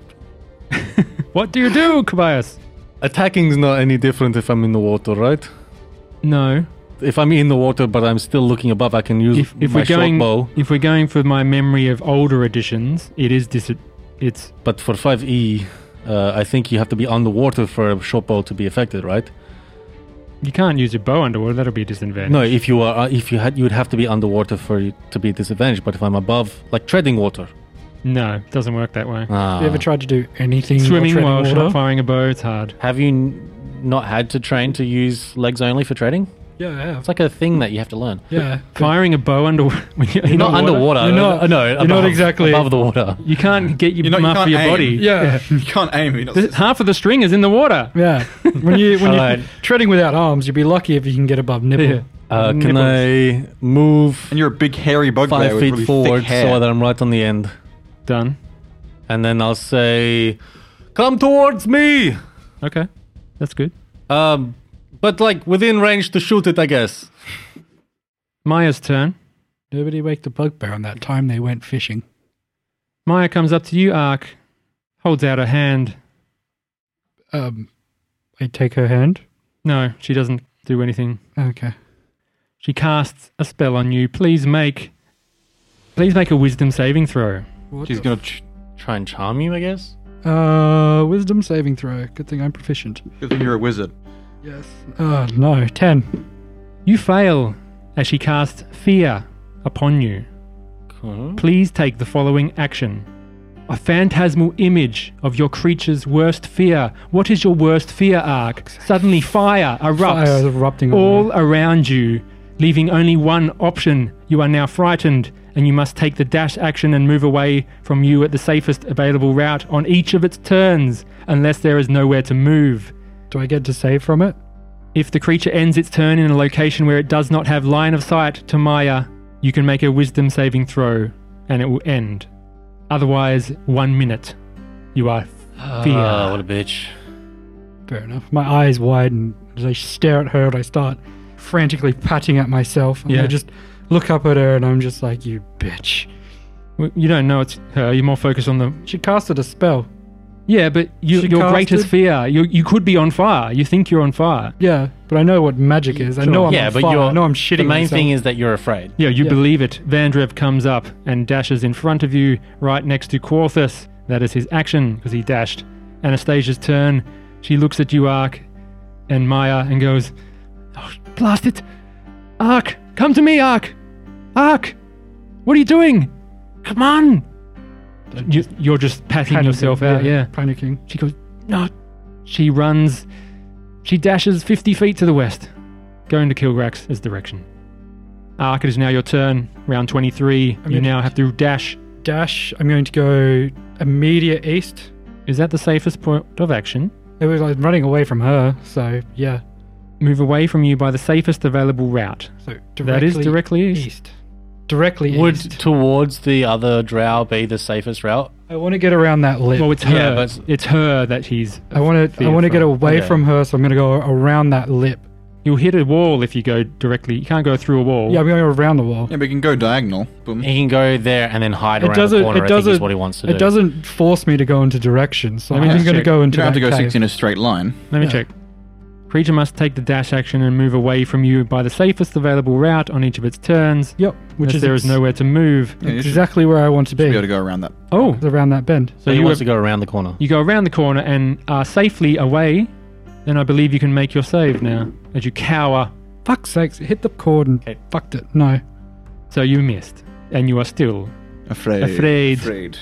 Speaker 1: what do you do, Kobayas?
Speaker 4: Attacking's not any different if I'm in the water, right?
Speaker 1: No.
Speaker 4: If I'm in the water but I'm still looking above, I can use
Speaker 1: If, if
Speaker 4: my
Speaker 1: we're going,
Speaker 4: short bow.
Speaker 1: if we're going for my memory of older editions, it is dis- It's
Speaker 4: But for 5e, uh, I think you have to be underwater for a short bow to be affected, right?
Speaker 1: you can't use your bow underwater. That'll be a disadvantage.
Speaker 4: No, if you are, uh, if you had, you would have to be underwater for it to be disadvantaged. But if I'm above, like treading water,
Speaker 1: No, it doesn't work that way.
Speaker 4: ah.
Speaker 3: Have you ever tried to do anything
Speaker 1: Swimming
Speaker 3: while
Speaker 1: while
Speaker 3: treading
Speaker 1: shot
Speaker 3: water?
Speaker 1: firing a bow, it's hard.
Speaker 5: Have you n- not had to train to use legs only for trading?
Speaker 3: Yeah, I have.
Speaker 5: It's like a thing that you have to learn.
Speaker 3: yeah.
Speaker 1: Firing a bow under when you're, in
Speaker 5: not
Speaker 1: the water,
Speaker 5: underwater.
Speaker 3: You're not-
Speaker 5: uh, no, you're
Speaker 3: not exactly-
Speaker 5: above the water.
Speaker 1: You can't get your
Speaker 2: You know, you
Speaker 1: muff
Speaker 2: can't
Speaker 1: your
Speaker 2: aim.
Speaker 1: body.
Speaker 3: Yeah.
Speaker 2: You can't aim. You're not-
Speaker 1: This- half of the string is in the water.
Speaker 3: Yeah. When you when you're
Speaker 5: Alright.
Speaker 3: treading without arms, you'd be lucky if you can get above nipple.
Speaker 1: Yeah.
Speaker 4: uh, can
Speaker 1: Nipples.
Speaker 4: I move
Speaker 2: and you're a big hairy bugbear
Speaker 4: five
Speaker 2: with
Speaker 4: feet
Speaker 2: really thick
Speaker 4: forward
Speaker 2: hair.
Speaker 4: so that I'm right on the end,
Speaker 1: Done.
Speaker 4: and then I'll say, "Come towards me,"
Speaker 1: Okay. That's good.
Speaker 4: um, but like within range to shoot it, I guess.
Speaker 1: Maya's turn.
Speaker 3: Nobody waked the bugbear on that time they went fishing.
Speaker 1: Maya comes up to you, Ark. Holds out her hand.
Speaker 3: Um, I take her hand.
Speaker 1: No, she doesn't do anything.
Speaker 3: Okay.
Speaker 1: She casts a spell on you. Please make please make a wisdom saving throw.
Speaker 2: She's going to. Ch-
Speaker 5: Try and charm you, I guess.
Speaker 3: Uh, wisdom saving throw. Good thing I'm proficient.
Speaker 2: good thing you're a wizard.
Speaker 3: Yes. Oh no, ten.
Speaker 1: You fail as she casts fear upon you. Please take the following action. A phantasmal image of your creature's worst fear. What is your worst fear, Ark? Suddenly fire erupts
Speaker 3: Fire is erupting. on me.
Speaker 1: all around you, leaving only one option. You are now frightened, and you must take the dash action and move away from you at the safest available route on each of its turns, unless there is nowhere to move.
Speaker 3: Do I get to save from it?
Speaker 1: If the creature ends its turn in a location where it does not have line of sight to Maya, you can make a wisdom saving throw and it will end. Otherwise, one minute. You are fear.
Speaker 5: Ah, what a bitch.
Speaker 3: Fair enough. My eyes widen as I stare at her and I start frantically patting at myself. And
Speaker 1: Yeah.
Speaker 3: I just look up at her and I'm just like, you bitch.
Speaker 1: W- you don't know it's her. You're more focused on the.
Speaker 3: She casted a spell.
Speaker 1: Yeah, but you,
Speaker 3: She
Speaker 1: your
Speaker 3: casted-
Speaker 1: greatest fear. You, you could be on fire. You think you're on fire.
Speaker 3: Yeah, but I know what magic is. I know Oh, I'm
Speaker 5: Yeah,
Speaker 3: on
Speaker 5: but
Speaker 3: fire.
Speaker 5: you're-
Speaker 3: I know I'm
Speaker 5: The
Speaker 3: shitting
Speaker 5: main
Speaker 3: myself.
Speaker 5: thing is that you're afraid.
Speaker 1: Yeah, you
Speaker 3: Yeah.
Speaker 1: believe it. Vandrev comes up and dashes in front of you, right next to Quarthus. That is his action, because he dashed. Anastasia's turn. She looks at you, Ark, and Maya, and goes, oh, Blast it! Ark! Come to me, Ark! Ark! What are you doing? Come on! You, you're just patting
Speaker 3: Panicking,
Speaker 1: yourself out, yeah.
Speaker 3: Panicking.
Speaker 1: She goes, No! She runs. She dashes 50 feet to the west, going to Kilgrax's direction. Ark, it is now your turn. Round 23.
Speaker 3: I'm
Speaker 1: you
Speaker 3: gonna-
Speaker 1: now have to dash.
Speaker 3: Dash, I'm going to go immediate east.
Speaker 1: Is that the safest point of action?
Speaker 3: It was like running away from her, so yeah.
Speaker 1: Move away from you by the safest available route.
Speaker 3: So directly
Speaker 1: That is directly east.
Speaker 3: east. directly
Speaker 4: Would
Speaker 3: east.
Speaker 4: towards the other drow be the safest route?
Speaker 3: I want to get around that lip.
Speaker 1: Well, it's her.
Speaker 4: Yeah, but-
Speaker 1: it's her that he's.
Speaker 3: I want to. I
Speaker 1: fear
Speaker 3: want to
Speaker 1: from.
Speaker 3: get away
Speaker 4: Okay.
Speaker 3: from her, so I'm going to go around that lip.
Speaker 1: You'll hit a wall if you go directly. You can't go through a wall.
Speaker 3: Yeah, I'm going around the wall.
Speaker 2: Yeah, we can go diagonal. Boom.
Speaker 4: He can go there and then hide
Speaker 3: It
Speaker 4: around
Speaker 3: doesn't.
Speaker 4: the
Speaker 3: it
Speaker 4: corner. I think is
Speaker 3: doesn't.
Speaker 4: what he wants to
Speaker 3: it
Speaker 4: do.
Speaker 3: doesn't force me to go into directions. So
Speaker 1: Let
Speaker 3: I'm
Speaker 1: me just
Speaker 3: just going to
Speaker 1: check.
Speaker 3: go
Speaker 2: You
Speaker 3: into.
Speaker 2: don't have to go
Speaker 3: that
Speaker 2: six
Speaker 3: cave.
Speaker 2: in a straight line.
Speaker 1: Let me
Speaker 3: Yeah.
Speaker 1: check. Creature must take the dash action and move away from you by the safest available route on each of its turns.
Speaker 3: Yep, which
Speaker 1: Which
Speaker 3: is
Speaker 1: there is
Speaker 3: ex-
Speaker 1: nowhere to move.
Speaker 2: Yeah, you should
Speaker 3: exactly where I want to
Speaker 2: be
Speaker 3: be.
Speaker 2: able to go around that.
Speaker 1: Oh,
Speaker 3: It's around that bend.
Speaker 4: So he
Speaker 1: you
Speaker 4: wants
Speaker 1: were-
Speaker 4: to go around the corner.
Speaker 1: you go around the corner and are safely away. Then I believe you can make your save now as you cower.
Speaker 3: Fuck's sakes! it Hit the cord and
Speaker 4: Okay.
Speaker 3: fucked it. No,
Speaker 1: So you missed, and you are still
Speaker 2: Afraid.
Speaker 1: Afraid.
Speaker 2: Afraid.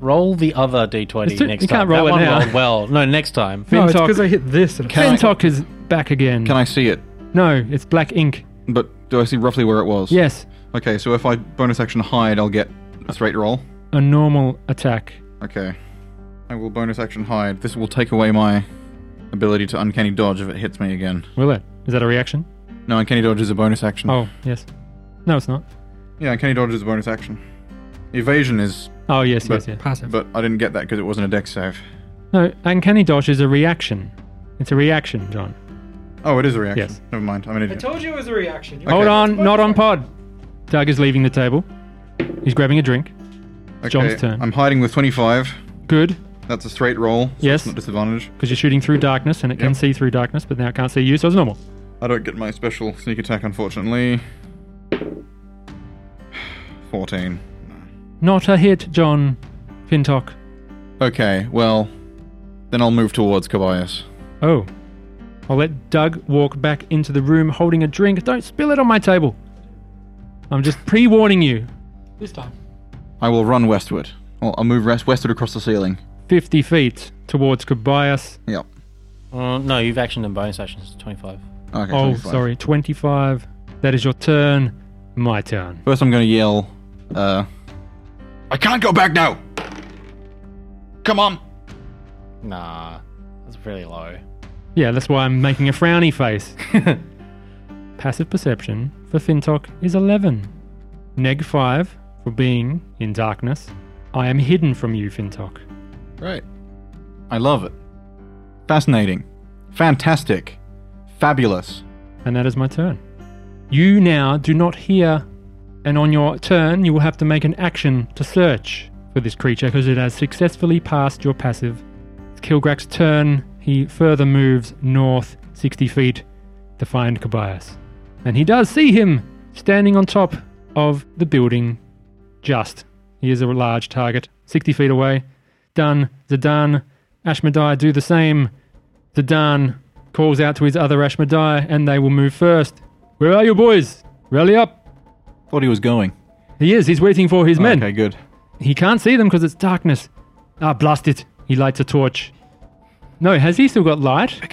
Speaker 4: Roll the other d20
Speaker 1: It's too-
Speaker 4: next
Speaker 1: you
Speaker 4: time.
Speaker 1: can't roll it
Speaker 4: that one
Speaker 1: now.
Speaker 4: rolled well. No, next time.
Speaker 3: no, it's
Speaker 1: Fintok.
Speaker 3: because I hit this. And it
Speaker 2: Can I-
Speaker 1: Fintok is back again.
Speaker 2: Can I see it?
Speaker 1: no, it's black ink.
Speaker 2: But do I see roughly where it was?
Speaker 1: Yes,
Speaker 2: Okay, so if I bonus action hide, I'll get a straight roll.
Speaker 1: a normal attack.
Speaker 2: Okay. I will bonus action hide. This will take away my ability to uncanny dodge if it hits me again.
Speaker 1: Will it? Is that a reaction?
Speaker 2: No, uncanny dodge is a bonus action.
Speaker 1: Oh, yes. No, it's not.
Speaker 2: Yeah, uncanny dodge is a bonus action. Evasion is,
Speaker 1: Oh, yes,
Speaker 2: But-
Speaker 1: yes, yes.
Speaker 3: passive.
Speaker 2: but I didn't get that because it wasn't a dex save.
Speaker 1: No, uncanny dodge is a reaction. It's a reaction, John.
Speaker 2: Oh, it is a reaction.
Speaker 1: Yes.
Speaker 2: Never mind. I'm an idiot.
Speaker 3: told you it was a reaction. You
Speaker 1: Hold
Speaker 2: Okay.
Speaker 1: on, not on pod. Doug is leaving the table. He's grabbing a drink.
Speaker 2: Okay,
Speaker 1: John's turn.
Speaker 2: I'm hiding with 25.
Speaker 1: Good,
Speaker 2: That's a straight roll. so
Speaker 1: Yes.
Speaker 2: It's not disadvantage.
Speaker 1: because you're shooting through darkness and it can
Speaker 2: Yep.
Speaker 1: see through darkness, but now it can't see you, so it's normal.
Speaker 2: I don't get my special sneak attack, unfortunately. 14.
Speaker 1: Not a hit, John. Fintok.
Speaker 2: Okay, well, then I'll move towards Kobayas.
Speaker 1: Oh. I'll let Doug walk back into the room holding a drink. Don't spill it on my table. I'm just pre warning you.
Speaker 3: this time.
Speaker 2: I will run westward. I'll, I'll move west- westward across the ceiling.
Speaker 1: 50 feet towards Kobayas.
Speaker 2: Yep.
Speaker 4: Uh, no, you've actioned and bonus actions. 25.
Speaker 2: Okay.
Speaker 1: Oh,
Speaker 2: 25.
Speaker 1: sorry. 25. That is your turn. My turn.
Speaker 2: First, I'm going to yell, uh, I can't go back now! Come on!
Speaker 4: Nah, that's really low.
Speaker 1: Yeah, that's why I'm making a frowny face. Passive perception for Fintok is 11. Neg 5 for being in darkness. I am hidden from you, Fintok.
Speaker 2: Right. I love it. Fascinating. Fantastic. Fabulous.
Speaker 1: And that is my turn. You now do not hear, and on your turn, you will have to make an action to search for this creature because it has successfully passed your passive. It's Kilgrak's turn. He further moves north 60 feet to find Kobayas. And he does see him standing on top of the building. Just. He is a large target, 60 feet away. Done. Zidane. Ashmedai do the same. Zidane calls out to his other Ashmedai, and they will move first. Where are you, boys? Rally up!
Speaker 2: Thought he was going.
Speaker 1: He is. He's waiting for his men.
Speaker 2: Okay, good.
Speaker 1: He can't see them because it's darkness. Ah, blast it! He lights a torch. No, has he still got light?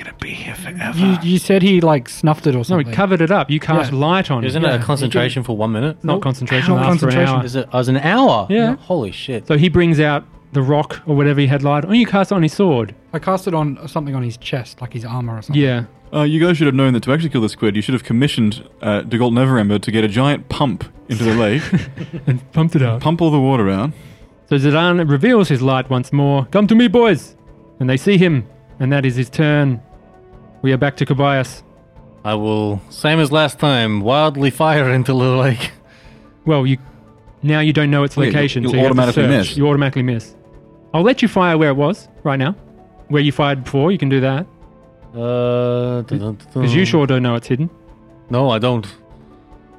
Speaker 3: You, you said he like snuffed it or
Speaker 1: No, he
Speaker 3: something.
Speaker 1: covered it up. You cast
Speaker 3: Yeah.
Speaker 1: light on
Speaker 4: Isn't
Speaker 1: it.
Speaker 4: it a concentration for one minute?
Speaker 1: Not concentration.
Speaker 3: Not
Speaker 1: lasts for an
Speaker 3: concentration.
Speaker 1: hour.
Speaker 4: Is it? Oh, it's an hour.
Speaker 1: Yeah.
Speaker 4: holy shit.
Speaker 1: So he brings out the rock or whatever he had light on. Oh, you cast it on his sword.
Speaker 3: I cast it on something on his chest, like his armor or something.
Speaker 1: Yeah.
Speaker 2: Uh, you guys should have known that to actually kill the squid, you should have commissioned uh, De Gault Neverember to get a giant pump into the lake,
Speaker 1: And pumped it up.
Speaker 2: pump all the water out.
Speaker 1: So Zidane reveals his light once more. Come to me, boys! And they see him, and that is his turn. We are back to Kobayas.
Speaker 4: I will, same as last time, wildly fire into the lake.
Speaker 1: Well, you now you don't know its
Speaker 2: Yeah, you'll-
Speaker 1: location.
Speaker 2: you'll
Speaker 1: so you have to
Speaker 2: automatically
Speaker 1: search.
Speaker 2: miss.
Speaker 1: You automatically miss. I'll let you fire where it was right now, where you fired before. You can do that
Speaker 4: Uh,
Speaker 1: because you sure don't know it's hidden.
Speaker 4: No, I don't.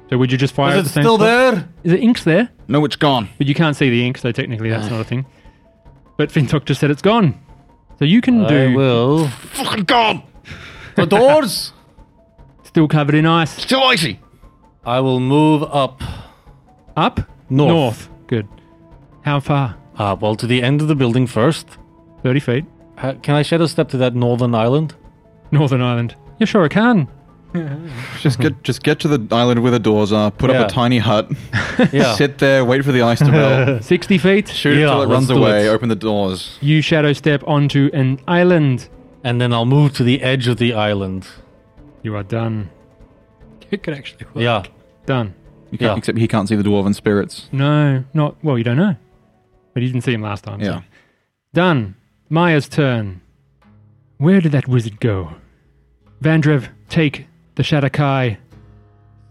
Speaker 1: So would you just fire? at
Speaker 4: Is
Speaker 1: the
Speaker 4: it
Speaker 1: same
Speaker 4: still
Speaker 1: spot?
Speaker 4: there?
Speaker 1: Is the ink's there?
Speaker 2: No, it's gone.
Speaker 1: But you can't see the ink, so technically that's
Speaker 4: Ah.
Speaker 1: not a thing. But Fintok just said it's gone. So you can
Speaker 4: I
Speaker 1: do
Speaker 4: will.
Speaker 2: Fucking gone.
Speaker 4: The doors.
Speaker 1: still covered in ice.
Speaker 2: Still icy.
Speaker 4: I will move up.
Speaker 1: Up
Speaker 4: North.
Speaker 1: Good. How far?
Speaker 4: Uh, well, to the end of the building first.
Speaker 1: Thirty feet.
Speaker 4: Ha- Can I shadow step to that northern island?
Speaker 1: Northern Ireland. You sure I can.
Speaker 2: Just get, just get to the island where the doors are. Put
Speaker 4: Yeah.
Speaker 2: up a tiny hut.
Speaker 4: Yeah.
Speaker 2: Sit there, wait for the ice to melt.
Speaker 1: Sixty feet.
Speaker 2: Shoot it
Speaker 4: Yeah,
Speaker 2: till it
Speaker 4: let's
Speaker 2: runs
Speaker 4: do
Speaker 2: away.
Speaker 4: it.
Speaker 2: Open the doors.
Speaker 1: You shadow step onto an island.
Speaker 4: and then I'll move to the edge of the island.
Speaker 1: You are done.
Speaker 3: It could actually work.
Speaker 4: Yeah.
Speaker 1: Done.
Speaker 2: You can't-
Speaker 6: Yeah.
Speaker 2: Except he can't see the dwarven spirits.
Speaker 1: No, not well. You don't know, but you didn't see him last time. so.
Speaker 2: Yeah.
Speaker 1: Done. Maya's turn. Where did that wizard go? Vandrev, take the Shadakai.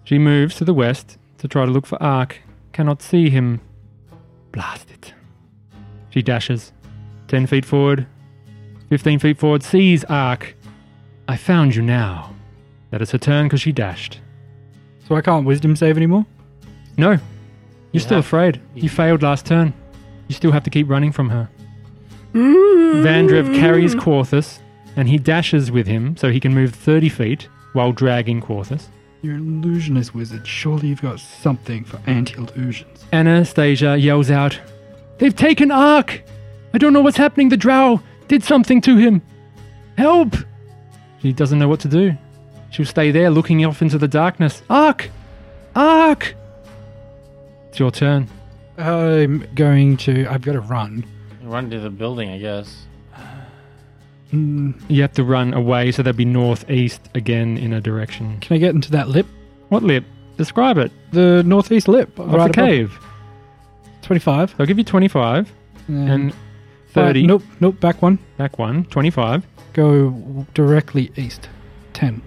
Speaker 1: She moves to the west to try to look for Ark. Cannot see him. Blast it. She dashes. 10 feet forward, 15 feet forward, sees Ark. I found you now. That is her turn because she dashed.
Speaker 3: So I can't wisdom save anymore?
Speaker 1: No, you're still
Speaker 6: have-
Speaker 1: afraid. You failed last turn. You still have to keep running from her. Vandrev carries Quarthus and he dashes with him so he can move 30 feet while dragging Quarthus.
Speaker 3: You're an illusionist wizard. Surely you've got something for anti illusions.
Speaker 1: Anastasia yells out, They've taken Ark! I don't know what's happening. The drow did something to him. Help! She doesn't know what to do. She'll stay there looking off into the darkness. Ark! Ark! It's your turn.
Speaker 3: I'm going to. I've got to run.
Speaker 4: Run to the building, I guess.
Speaker 3: Mm,
Speaker 1: You have to run away, so that'd be northeast again in a direction.
Speaker 3: Can I get into that lip?
Speaker 1: What lip? Describe it.
Speaker 3: The northeast lip.
Speaker 1: Of the cave.
Speaker 3: above- 25.
Speaker 1: So I'll give you 25 and 30.
Speaker 3: Five- Mm-hmm. nope, nope, back one.
Speaker 1: Back one. 25.
Speaker 3: Go directly east. 10.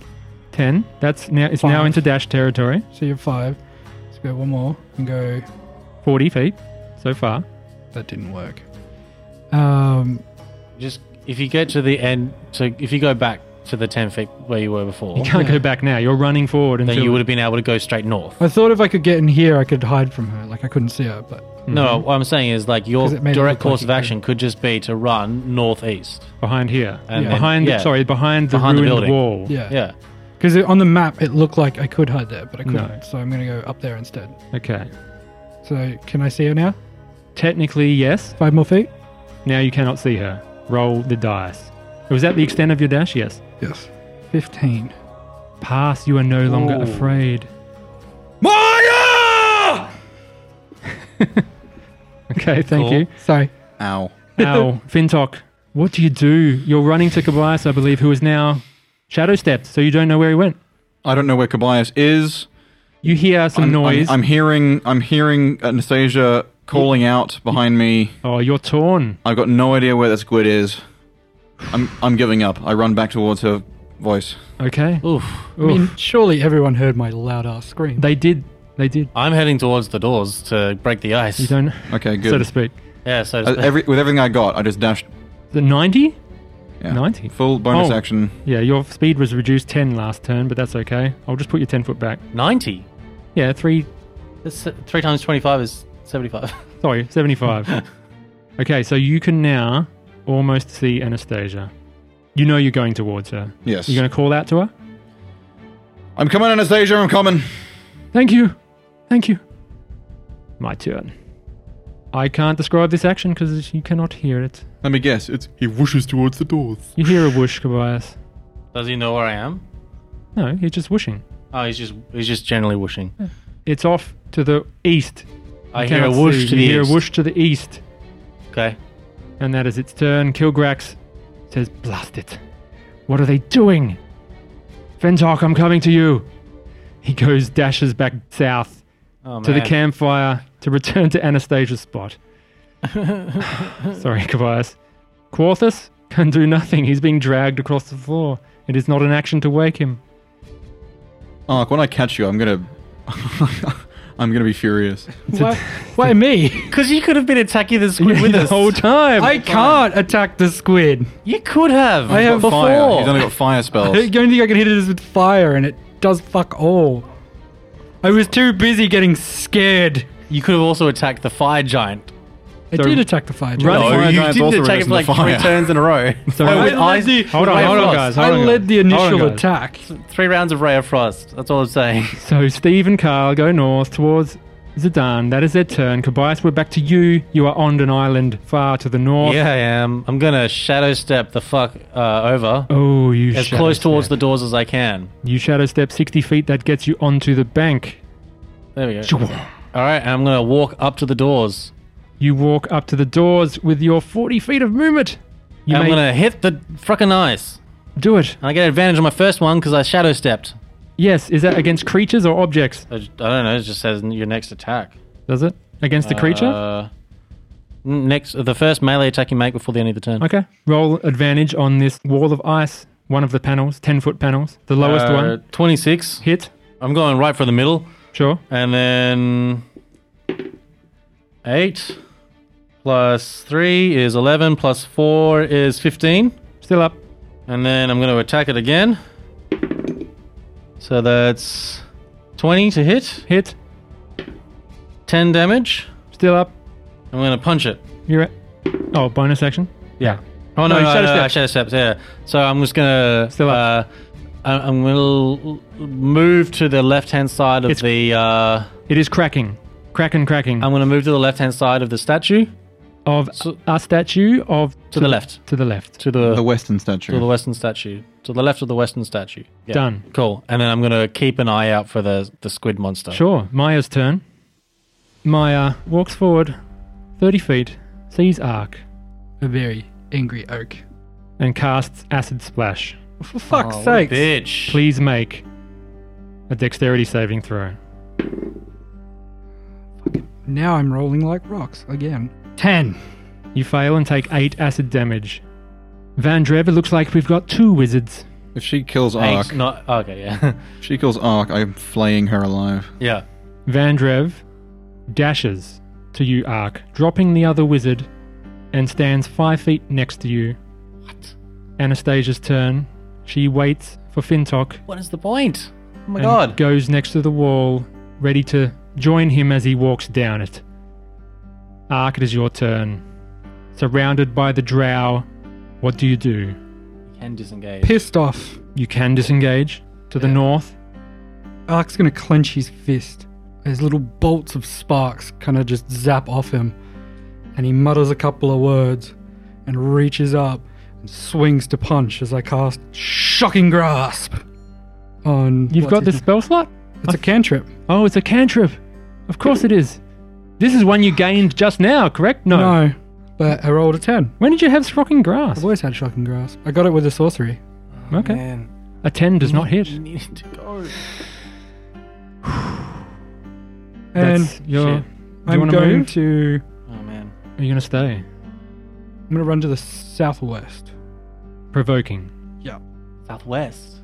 Speaker 1: 10. That's now, it's now
Speaker 3: Five.
Speaker 1: into dash territory.
Speaker 3: So you're five. Let's go one more and go.
Speaker 1: 40 feet so far.
Speaker 3: That didn't work. Um,
Speaker 4: Just if you get to the end, so if you go back to the 10 feet where you were before,
Speaker 1: You can't
Speaker 3: Yeah.
Speaker 1: go back now. You're running forward until
Speaker 4: then you would have been able to go straight north.
Speaker 3: I thought if I could get in here, I could hide from her. Like I couldn't see her, but
Speaker 4: No,
Speaker 1: Mm-hmm.
Speaker 4: what I'm saying is like your
Speaker 3: 'Cause it made it
Speaker 4: direct
Speaker 3: look like
Speaker 4: course
Speaker 3: it
Speaker 4: of action could just be to run northeast.
Speaker 1: Mm-hmm. behind here.
Speaker 4: And
Speaker 3: Yeah.
Speaker 4: then-
Speaker 1: Behind
Speaker 4: yeah,
Speaker 1: sorry, behind the
Speaker 4: Behind the
Speaker 1: ruined
Speaker 4: building.
Speaker 1: wall.
Speaker 3: yeah,
Speaker 4: Yeah.
Speaker 3: Because on the map, it looked like I could hide there, but I
Speaker 1: No.
Speaker 3: couldn't. So I'm gonna go up there instead.
Speaker 1: Okay.
Speaker 3: So can I see her now?
Speaker 1: Technically, yes.
Speaker 3: Five more feet.
Speaker 1: Now you cannot see her. Roll the dice. Was that the extent of your dash? Yes.
Speaker 3: Yes. Fifteen.
Speaker 1: Pass, you are no longer afraid.
Speaker 2: Maya!
Speaker 1: Okay, thank
Speaker 4: Cool.
Speaker 1: you.
Speaker 3: Sorry.
Speaker 2: Ow.
Speaker 1: Ow, Fintok, what do you do? You're running to Kobayas, I believe, who is now shadow stepped, so you don't know where he went.
Speaker 2: I don't know where Kobayas is.
Speaker 1: You hear some
Speaker 2: I'm- I'm-
Speaker 1: noise.
Speaker 2: I'm, hearing. I'm hearing Anastasia calling out behind me.
Speaker 1: oh, you're torn.
Speaker 2: I've got no idea where this squid is. I'm. I'm giving up. I run back towards her voice.
Speaker 1: Okay.
Speaker 4: Oof.
Speaker 3: I mean,
Speaker 1: Oof.
Speaker 3: surely everyone heard my loud ass scream.
Speaker 1: They did. They did.
Speaker 4: I'm heading towards the doors to break the ice.
Speaker 1: You don't,
Speaker 2: Okay,
Speaker 1: so to
Speaker 2: good.
Speaker 1: speak.
Speaker 4: yeah, so
Speaker 2: Uh, every, with everything I got, I just dashed.
Speaker 1: The 90?
Speaker 2: Yeah.
Speaker 1: 90?
Speaker 2: Full bonus
Speaker 1: Oh.
Speaker 2: action.
Speaker 1: Yeah, your speed was reduced 10 last turn, but that's okay. I'll just put you 10 foot back.
Speaker 4: 90.
Speaker 1: Yeah, 3,
Speaker 4: That's, uh, three times 25 is 75.
Speaker 1: sorry, 75. okay, so you can now almost see Anastasia. You know you're going towards her.
Speaker 2: Yes.
Speaker 1: You're going to call out to her?
Speaker 2: I'm coming, Anastasia. I'm coming.
Speaker 1: Thank you. Thank you. My turn. I can't describe this action because you cannot hear it.
Speaker 2: Let me guess. It's he whooshes towards the doors.
Speaker 1: You hear a whoosh, Kobayas.
Speaker 4: Does he know where I am?
Speaker 1: No, he's just whooshing.
Speaker 4: Oh, he's just he's just generally whooshing.
Speaker 1: It's off to the east.
Speaker 4: I
Speaker 1: You
Speaker 4: hear a
Speaker 1: cannot
Speaker 4: whoosh
Speaker 1: see.
Speaker 4: to
Speaker 1: you
Speaker 4: the
Speaker 1: hear
Speaker 4: east.
Speaker 1: a whoosh to the east.
Speaker 4: Okay.
Speaker 1: And that is its turn. Kilgrax says, Blast it. What are they doing? Fentok, I'm coming to you. He goes, dashes back south
Speaker 4: Oh,
Speaker 1: to the
Speaker 4: man.
Speaker 1: campfire to return to Anastasia's spot. Sorry, Kavias. Quarthus can do nothing. He's being dragged across the floor. It is not an action to wake him.
Speaker 2: Ark, when I catch you, I'm gonna. I'm gonna be furious.
Speaker 3: why, why me?
Speaker 4: Because you could have been attacking the squid with
Speaker 1: the
Speaker 4: us.
Speaker 1: whole time.
Speaker 3: I can't attack the squid.
Speaker 4: you could have.
Speaker 3: I have
Speaker 2: Got fire.
Speaker 4: before.
Speaker 2: He's only got fire
Speaker 3: The
Speaker 2: spells.
Speaker 3: only thing I can hit it is with fire, and it does fuck all. I was too busy getting scared.
Speaker 4: You could have also attacked the fire giant.
Speaker 3: I
Speaker 1: So-
Speaker 3: did attack the fire.
Speaker 1: Run-
Speaker 3: giant.
Speaker 2: fire
Speaker 4: no, Oh, you
Speaker 2: giant's also
Speaker 4: didn't attack it
Speaker 2: resistant
Speaker 4: for like
Speaker 2: to
Speaker 4: three
Speaker 2: fire.
Speaker 4: turns in a row.
Speaker 1: So-
Speaker 4: Oh, with
Speaker 3: I led
Speaker 4: eyes-
Speaker 3: the-
Speaker 1: Hold on,
Speaker 4: Ray of
Speaker 1: hold on,
Speaker 4: Frost.
Speaker 1: guys.
Speaker 3: I
Speaker 1: Hold on,
Speaker 3: led the
Speaker 1: guys. Hold on,
Speaker 3: initial
Speaker 1: guys.
Speaker 3: attack.
Speaker 4: Three rounds of Ray of Frost. That's all I'm saying.
Speaker 1: So Steve and Carl go north towards Zidane. That is their turn. Kobayas, we're back to you. You are on an island far to the north.
Speaker 4: Yeah, I am. I'm gonna shadow step the fuck uh, over
Speaker 1: Oh, you
Speaker 4: as
Speaker 1: shadow
Speaker 4: close
Speaker 1: step.
Speaker 4: towards the doors as I can.
Speaker 1: You shadow step 60 feet. That gets you onto the bank.
Speaker 4: There we go. All right, and I'm gonna walk up to the doors.
Speaker 1: You walk up to the doors with your 40 feet of movement. You
Speaker 4: I'm
Speaker 1: may
Speaker 4: gonna hit the fucking ice,
Speaker 1: do it.
Speaker 4: and I get advantage on my first one because I shadow stepped.
Speaker 1: Yes, is that against creatures or objects?
Speaker 4: I, j- I don't know. It just says your next attack.
Speaker 1: Does it? Against the creature?
Speaker 4: Uh, n- next, the first melee attack you make before the end of the turn.
Speaker 1: okay. Roll advantage on this wall of ice, one of the panels, 10 foot panels, the lowest
Speaker 4: Uh,
Speaker 1: one.
Speaker 4: 26.
Speaker 1: Hit.
Speaker 4: I'm going right for the middle.
Speaker 1: Sure.
Speaker 4: And then 8 plus 3 is 11, plus 4 is 15.
Speaker 1: Still up.
Speaker 4: And then I'm going to attack it again. So that's 20 to hit,
Speaker 1: Hit.
Speaker 4: 10 damage.
Speaker 1: Still up.
Speaker 4: I'm going to punch it.
Speaker 1: You're at. Oh, bonus action.
Speaker 4: Yeah.
Speaker 1: No,
Speaker 4: Oh no,
Speaker 1: you
Speaker 4: no,
Speaker 1: shadow
Speaker 4: no, no,
Speaker 1: steps.
Speaker 4: shadow steps. Yeah. So I'm just gonna.
Speaker 1: Still up.
Speaker 4: Uh, I- I'm gonna l- l- move to the left hand side of
Speaker 1: It's-
Speaker 4: the. Uh,
Speaker 1: It is cracking. Cracking, cracking.
Speaker 4: I'm gonna move to the left hand side of the statue.
Speaker 1: of
Speaker 4: Um, so-
Speaker 1: a statue of.
Speaker 4: To the left.
Speaker 1: To the left.
Speaker 4: To the,
Speaker 2: The Western
Speaker 4: to the
Speaker 2: statue.
Speaker 4: western statue. To the left of the western statue. Yeah.
Speaker 1: Done.
Speaker 4: Cool. And then I'm gonna keep an eye out for the the squid monster.
Speaker 1: Sure. Maya's turn. Maya walks forward 30 feet, sees Ark,
Speaker 3: A very angry oak.
Speaker 1: and casts Acid Splash.
Speaker 3: For fuck's
Speaker 4: Oh,
Speaker 3: sake!
Speaker 4: bitch.
Speaker 1: Please make a dexterity saving throw.
Speaker 3: Now I'm rolling like rocks again. Ten.
Speaker 1: You fail and take 8 acid damage. Van Drev, it looks like we've got two wizards.
Speaker 2: If she kills
Speaker 4: Thanks.
Speaker 2: Ark,
Speaker 4: Not oh, okay. Yeah.
Speaker 2: she kills Ark. I'm flaying her alive.
Speaker 4: yeah.
Speaker 1: Van Drev dashes to you, Ark, dropping the other wizard, and stands 5 feet next to you. What? Anastasia's turn. She waits for Fintok
Speaker 4: What is the point? Oh my
Speaker 1: and
Speaker 4: god.
Speaker 1: goes next to the wall, ready to join him as he walks down it. Ark, it is your turn. Surrounded by the drow, what do you do?
Speaker 4: Can disengage.
Speaker 3: Pissed off.
Speaker 1: You can disengage to
Speaker 3: Uh,
Speaker 1: the north.
Speaker 3: Ark's gonna clench his fist. His little bolts of sparks kind of just zap off him, and he mutters a couple of words, and reaches up and swings to punch as I cast shocking grasp. On
Speaker 1: You've
Speaker 3: what's
Speaker 1: got
Speaker 3: his
Speaker 1: this
Speaker 3: name?
Speaker 1: spell slot?
Speaker 3: It's a cantrip.
Speaker 1: Oh, it's a cantrip. Of course it is. This is one you gained just now, correct? No.
Speaker 3: No, but I rolled a ten.
Speaker 1: When did you have Shrocking
Speaker 3: I've
Speaker 1: Grass?
Speaker 3: always had shocking grasp. I got it with a sorcery.
Speaker 1: Okay. A 10 does not hit.
Speaker 4: Need to go.
Speaker 3: And
Speaker 1: That's your. Do you
Speaker 4: Shit.
Speaker 3: I'm
Speaker 1: want to
Speaker 3: going
Speaker 1: move?
Speaker 3: to.
Speaker 4: Oh man.
Speaker 1: Or Are you going to stay?
Speaker 3: I'm gonna run to the southwest.
Speaker 1: Provoking.
Speaker 4: Southwest.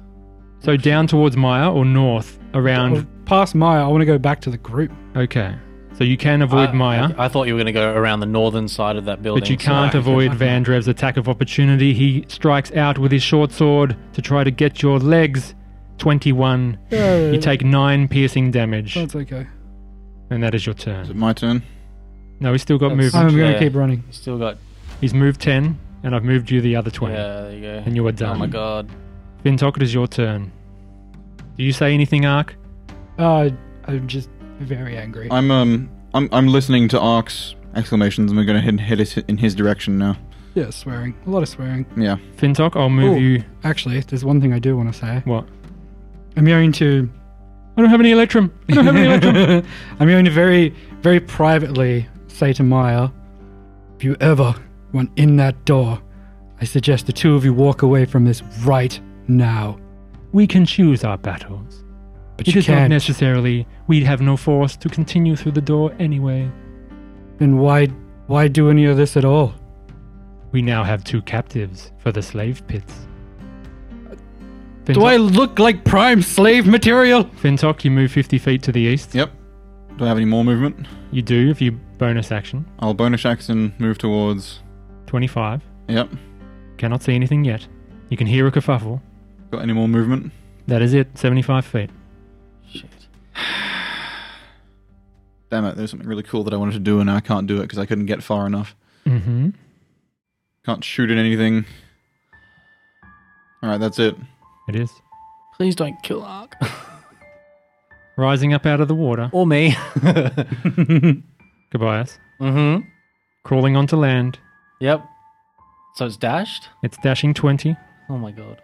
Speaker 1: So down towards Maya or north
Speaker 3: Well,
Speaker 1: around.
Speaker 3: past Maya, I want to go back to the group.
Speaker 1: Okay. So you can avoid
Speaker 4: I-
Speaker 1: Maya,
Speaker 4: I, I thought you were going to go around the northern side of that Uh, building.
Speaker 1: but you
Speaker 4: so-
Speaker 1: can't avoid Vandrev's attack of opportunity. He strikes out with his short sword to try to get your legs. 21. You take 9 piercing damage,
Speaker 3: That's okay.
Speaker 1: and that is your
Speaker 2: Is it
Speaker 1: turn.
Speaker 2: my turn?
Speaker 1: No, he's still got
Speaker 4: That's-
Speaker 1: movement.
Speaker 3: I'm gonna
Speaker 4: Yeah.
Speaker 3: keep running.
Speaker 4: You still got.
Speaker 1: He's moved 10, and I've moved you the other 20.
Speaker 4: Yeah, there you go.
Speaker 1: And you are done.
Speaker 4: Oh my god.
Speaker 1: Fintok, it is your turn. Do you say anything, Ark?
Speaker 3: Uh, I'm just very angry.
Speaker 2: I'm um I'm I'm listening to Ark's exclamations and we're gonna hit, hit it in his direction now.
Speaker 3: yeah, swearing. A lot of swearing.
Speaker 2: Yeah.
Speaker 1: Fintok, I'll move
Speaker 3: Ooh.
Speaker 1: you.
Speaker 3: Actually, there's one thing I do want to say.
Speaker 1: What?
Speaker 3: I'm going to.
Speaker 1: I don't have any Electrum. I don't have any Electrum.
Speaker 3: I'm going to very, very privately say to Maya, if you ever want in that door, I suggest the two of you walk away from this right now.
Speaker 1: We can choose our battles.
Speaker 3: But
Speaker 1: It
Speaker 3: you
Speaker 1: is not
Speaker 3: can't.
Speaker 1: necessarily. We'd have no force to continue through the door anyway.
Speaker 3: Then why, why do any of this at all?
Speaker 1: We now have two captives for the slave pits.
Speaker 3: Do I
Speaker 1: Fintok,
Speaker 3: look like prime slave material?
Speaker 1: Fintok, you move 50 feet to the east.
Speaker 2: Yep. Do I have any more movement?
Speaker 1: You do if you bonus action.
Speaker 2: I'll bonus action move towards.
Speaker 1: 25.
Speaker 2: Yep.
Speaker 1: Cannot see anything yet. You can hear a kerfuffle.
Speaker 2: Got any more movement?
Speaker 1: That is it, 75 feet.
Speaker 4: Shit.
Speaker 2: Damn it! There's something really cool that I wanted to do and I can't do it because I couldn't get far enough.
Speaker 1: Mm-hmm.
Speaker 2: Can't shoot at anything. All right, that's it.
Speaker 1: It is.
Speaker 4: Please don't kill Ark.
Speaker 1: Rising up out of the water,
Speaker 4: or me.
Speaker 1: Gobias,
Speaker 4: mm hmm.
Speaker 1: crawling onto land.
Speaker 4: Yep. So it's dashed?
Speaker 1: It's dashing 20.
Speaker 4: Oh my god.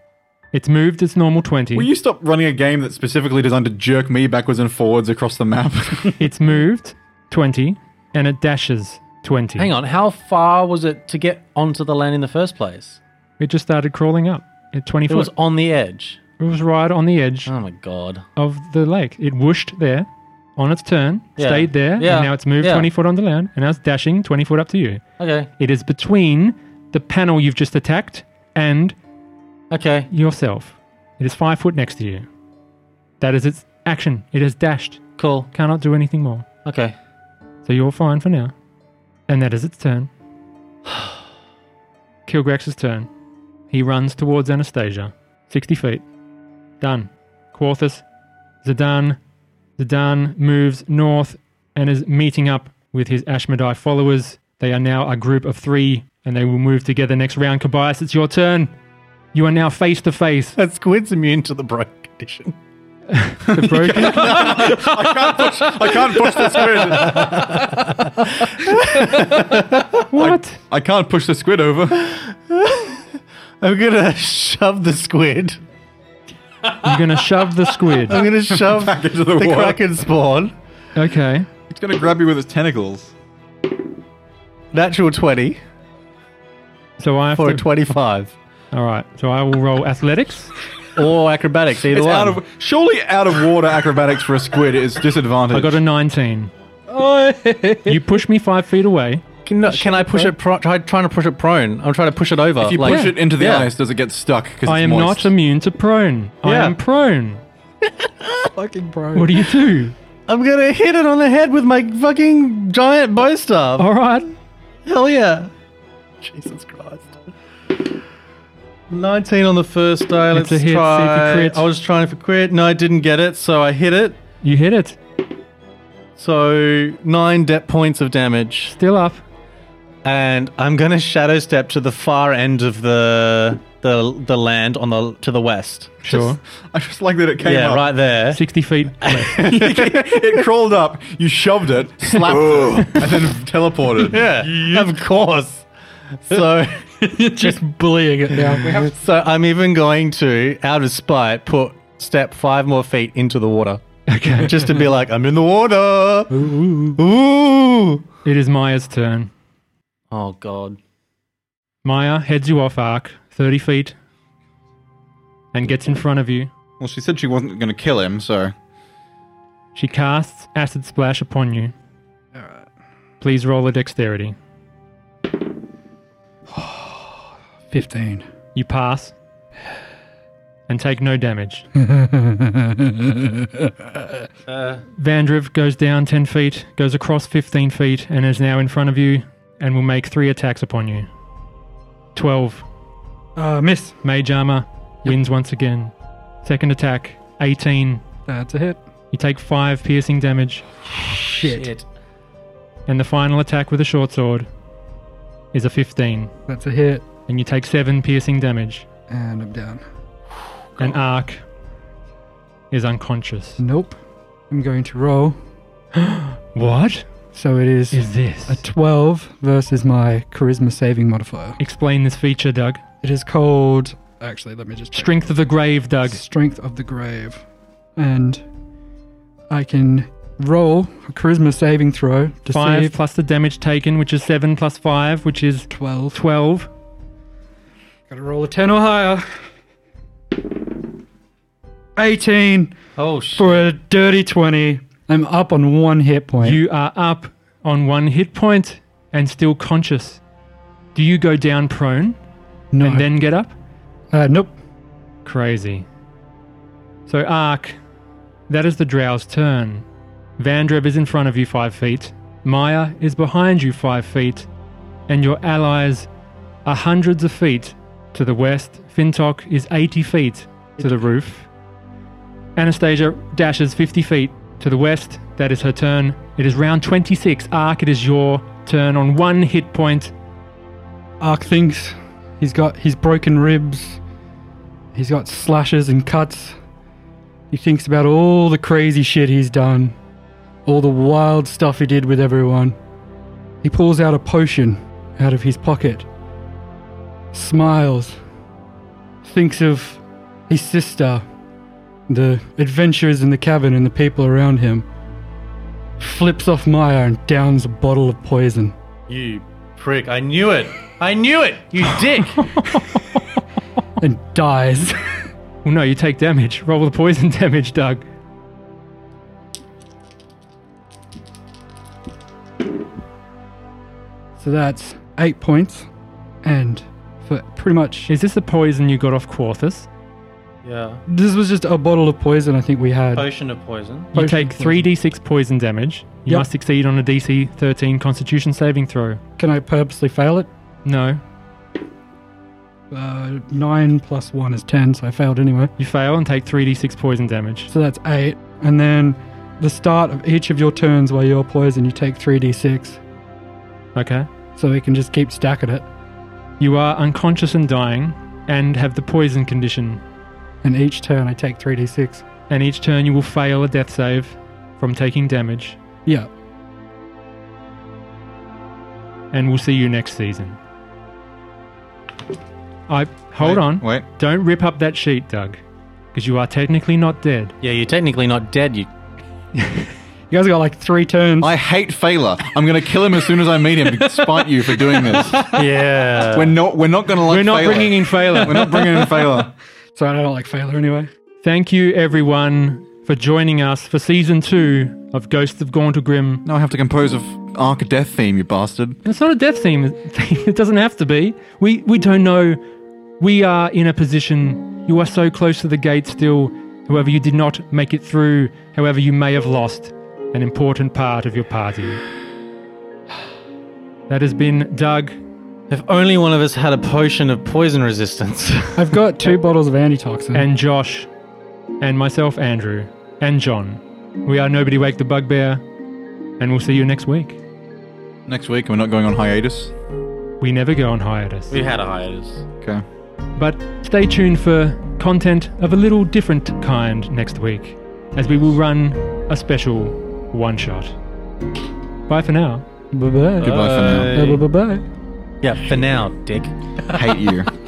Speaker 1: It's moved its normal 20.
Speaker 2: Will you stop running a game that's specifically designed to jerk me backwards and forwards across the map?
Speaker 1: It's moved 20 and it dashes 20.
Speaker 4: Hang on. How far was it to get onto the land in the first place?
Speaker 1: It just started crawling up at 20
Speaker 4: It
Speaker 1: foot.
Speaker 4: was on the edge.
Speaker 1: It was right on the edge
Speaker 4: Oh my god.
Speaker 1: of the lake. It whooshed there on its turn,
Speaker 4: Yeah.
Speaker 1: stayed there,
Speaker 4: Yeah.
Speaker 1: and now it's moved
Speaker 4: Yeah.
Speaker 1: 20 foot onto land, and now it's dashing 20 foot up to you.
Speaker 4: Okay.
Speaker 1: It is between the panel you've just attacked and
Speaker 4: Okay.
Speaker 1: yourself. It is five foot next to you. That is its action. It has dashed.
Speaker 4: Cool.
Speaker 1: Cannot do anything more.
Speaker 4: Okay.
Speaker 1: So you're fine for now. And that is its turn. Kilgrax's turn. He runs towards Anastasia. 60 feet. Done. Quarthus. Zidane. Zidane moves north and is meeting up with his Ashmedai followers. They are now a group of three and they will move together next round. Kobayas, it's your turn. You are now face to face.
Speaker 5: That squid's immune to the broken condition.
Speaker 1: The broken
Speaker 2: I can't push the squid.
Speaker 1: What?
Speaker 2: I can't push the squid over.
Speaker 5: I'm gonna shove the squid.
Speaker 1: You're gonna shove the squid.
Speaker 5: I'm gonna shove
Speaker 2: Back into the,
Speaker 5: the
Speaker 2: water.
Speaker 5: kraken spawn.
Speaker 1: Okay.
Speaker 2: It's gonna grab you with its tentacles.
Speaker 5: Natural twenty
Speaker 1: So I have
Speaker 5: for a
Speaker 1: to
Speaker 5: twenty-five,
Speaker 1: Alright. So I will roll athletics.
Speaker 5: or acrobatics. Either
Speaker 2: It's
Speaker 5: one.
Speaker 2: out of surely out of water acrobatics for a squid is disadvantage.
Speaker 1: I got a 19. you push me five feet away.
Speaker 4: Can, no, can I push it? Pro- try trying to push it prone. I'm trying to push it over.
Speaker 2: if you
Speaker 4: like-
Speaker 2: push it into the
Speaker 4: Yeah.
Speaker 2: ice, does it get stuck? 'Cause
Speaker 1: I
Speaker 2: it's
Speaker 1: am
Speaker 2: moist?
Speaker 1: not immune to prone. I
Speaker 4: Yeah.
Speaker 1: am prone.
Speaker 3: Fucking bro.
Speaker 1: What do you do?
Speaker 4: I'm gonna hit it on the head with my fucking giant bow staff.
Speaker 1: All right.
Speaker 4: Hell yeah! Jesus Christ. 19 on the first day.
Speaker 1: It's
Speaker 4: Let's
Speaker 1: a hit. See if you
Speaker 4: try.
Speaker 1: crit.
Speaker 4: I was trying for crit. No, I didn't get it, so I hit it.
Speaker 1: You hit it.
Speaker 4: So nine debt points of damage,
Speaker 1: Still up.
Speaker 4: and I'm gonna shadow step to the far end of the the the land on the to the west.
Speaker 1: Sure.
Speaker 2: I just like that it came
Speaker 4: yeah,
Speaker 2: up.
Speaker 4: right there.
Speaker 1: 60 feet. left.
Speaker 2: it crawled up. You shoved it, slapped it, and then teleported.
Speaker 4: Yeah, of course. So
Speaker 3: just bullying it now. We have
Speaker 4: so I'm even going to, out of spite, put step five more feet into the water.
Speaker 1: Okay.
Speaker 4: just to be like, I'm in the water. Ooh.
Speaker 1: It is Maya's turn.
Speaker 4: Oh god.
Speaker 1: Maya heads you off arc 30 feet and gets in front of you.
Speaker 2: Well, she said she wasn't going to kill him, so
Speaker 1: She casts Acid Splash upon you. Please roll a dexterity.
Speaker 3: 15.
Speaker 1: You pass and take no damage. Vandriv goes down 10 feet, goes across 15 feet, and is now in front of you and will make three attacks upon you. 12.
Speaker 3: Uh, miss.
Speaker 1: Mage armor wins once again. Second attack, 18.
Speaker 3: That's a hit.
Speaker 1: You take 5 piercing damage.
Speaker 3: Shit.
Speaker 1: And the final attack with a short sword is a 15.
Speaker 3: That's a hit.
Speaker 1: And you take 7 piercing damage.
Speaker 3: And I'm down.
Speaker 1: And Ark is unconscious.
Speaker 3: Nope. I'm going to roll.
Speaker 1: What
Speaker 3: So it is
Speaker 1: is this?
Speaker 3: a 12 versus my charisma saving modifier.
Speaker 1: Explain this feature, Doug.
Speaker 3: It is called. Actually, let me just check.
Speaker 1: Strength of the grave, Doug.
Speaker 3: Strength of the Grave. And I can roll a charisma saving throw to
Speaker 1: Five
Speaker 3: save
Speaker 1: plus the damage taken, which is seven plus five, which is
Speaker 3: 12.
Speaker 1: twelve.
Speaker 3: Gotta roll a 10 or higher. 18
Speaker 4: Oh shit.
Speaker 3: for a dirty 20. I'm up on one hit point.
Speaker 1: You are up on one hit point and still conscious. Do you go down prone
Speaker 3: no.
Speaker 1: and then get up?
Speaker 3: uh, nope.
Speaker 1: Crazy. So Ark, that is the Drow's turn. Vandrev is in front of you five feet. Maya is behind you five feet, and your allies are hundreds of feet to the west. Fintok is 80 feet to the roof. Anastasia dashes 50 feet to the west. That is her turn. It is round 26. Ark, it is your turn on one hit point.
Speaker 3: Ark thinks he's got his broken ribs. He's got slashes and cuts. He thinks about all the crazy shit he's done, all the wild stuff he did with everyone. He pulls out a potion out of his pocket, smiles, thinks of his sister, the adventures in the cabin, and the people around him. Flips off Maya and downs a bottle of poison.
Speaker 4: You prick. I knew it. I knew it. You dick.
Speaker 3: and dies.
Speaker 1: Well, no, you take damage. Roll the poison damage, Doug.
Speaker 3: So that's eight points, and for pretty much
Speaker 1: Is this the poison you got off Quarthus?
Speaker 4: Yeah.
Speaker 3: this was just a bottle of poison I think we had.
Speaker 4: Potion of poison.
Speaker 1: Oh, You take
Speaker 3: Potion poison.
Speaker 1: 3d6 poison damage. You
Speaker 3: Yep.
Speaker 1: must succeed on a DC 13 Constitution saving throw.
Speaker 3: Can I purposely fail it?
Speaker 1: No,
Speaker 3: Uh, nine plus one is ten, so I failed anyway.
Speaker 1: you fail and take 3d6 poison damage.
Speaker 3: So that's eight, and then the start of each of your turns where you're poisoned, you take three d6,
Speaker 1: Okay.
Speaker 3: so we can just keep stacking it.
Speaker 1: You are unconscious and dying, and have the poison condition.
Speaker 3: And each turn I take three d6.
Speaker 1: And each turn you will fail a death save from taking damage.
Speaker 3: Yeah.
Speaker 1: And we'll see you next season. I hold
Speaker 2: Wait,
Speaker 1: on.
Speaker 2: Wait.
Speaker 1: Don't rip up that sheet, Doug, because you are technically not dead.
Speaker 5: Yeah, you're technically not dead. You
Speaker 3: You guys got like three turns.
Speaker 2: I hate Fela. I'm going to kill him as soon as I meet him, despite you for doing this.
Speaker 4: Yeah.
Speaker 2: We're not. We're not going to like.
Speaker 1: We're not
Speaker 2: Fela.
Speaker 1: bringing in Fela.
Speaker 2: We're not bringing in Fela.
Speaker 3: so I don't like failure anyway.
Speaker 1: Thank you, everyone, for joining us for season two of Ghosts of Gauntlegrim.
Speaker 2: Now I have to compose a f- Ark Death theme, you bastard.
Speaker 1: It's not a death theme. It doesn't have to be. We we don't know. We are in a position. You are so close to the gate still. However, you did not make it through. However, you may have lost an important part of your party. That has been Doug.
Speaker 4: if only one of us had a potion of poison resistance.
Speaker 3: I've got two bottles of antitoxin.
Speaker 1: and Josh and myself, Andrew, and John. We are Nobody Wake the Bugbear, and we'll see you next week.
Speaker 2: Next week, we're not going on hiatus.
Speaker 1: We never go on hiatus.
Speaker 4: we had a hiatus.
Speaker 2: Okay.
Speaker 1: But stay tuned for content of a little different kind next week, as we will run a special one shot. Bye for now.
Speaker 3: bye bye.
Speaker 2: Goodbye for now.
Speaker 3: Bye bye bye.
Speaker 4: Yeah, for now, dick.
Speaker 2: Hate you.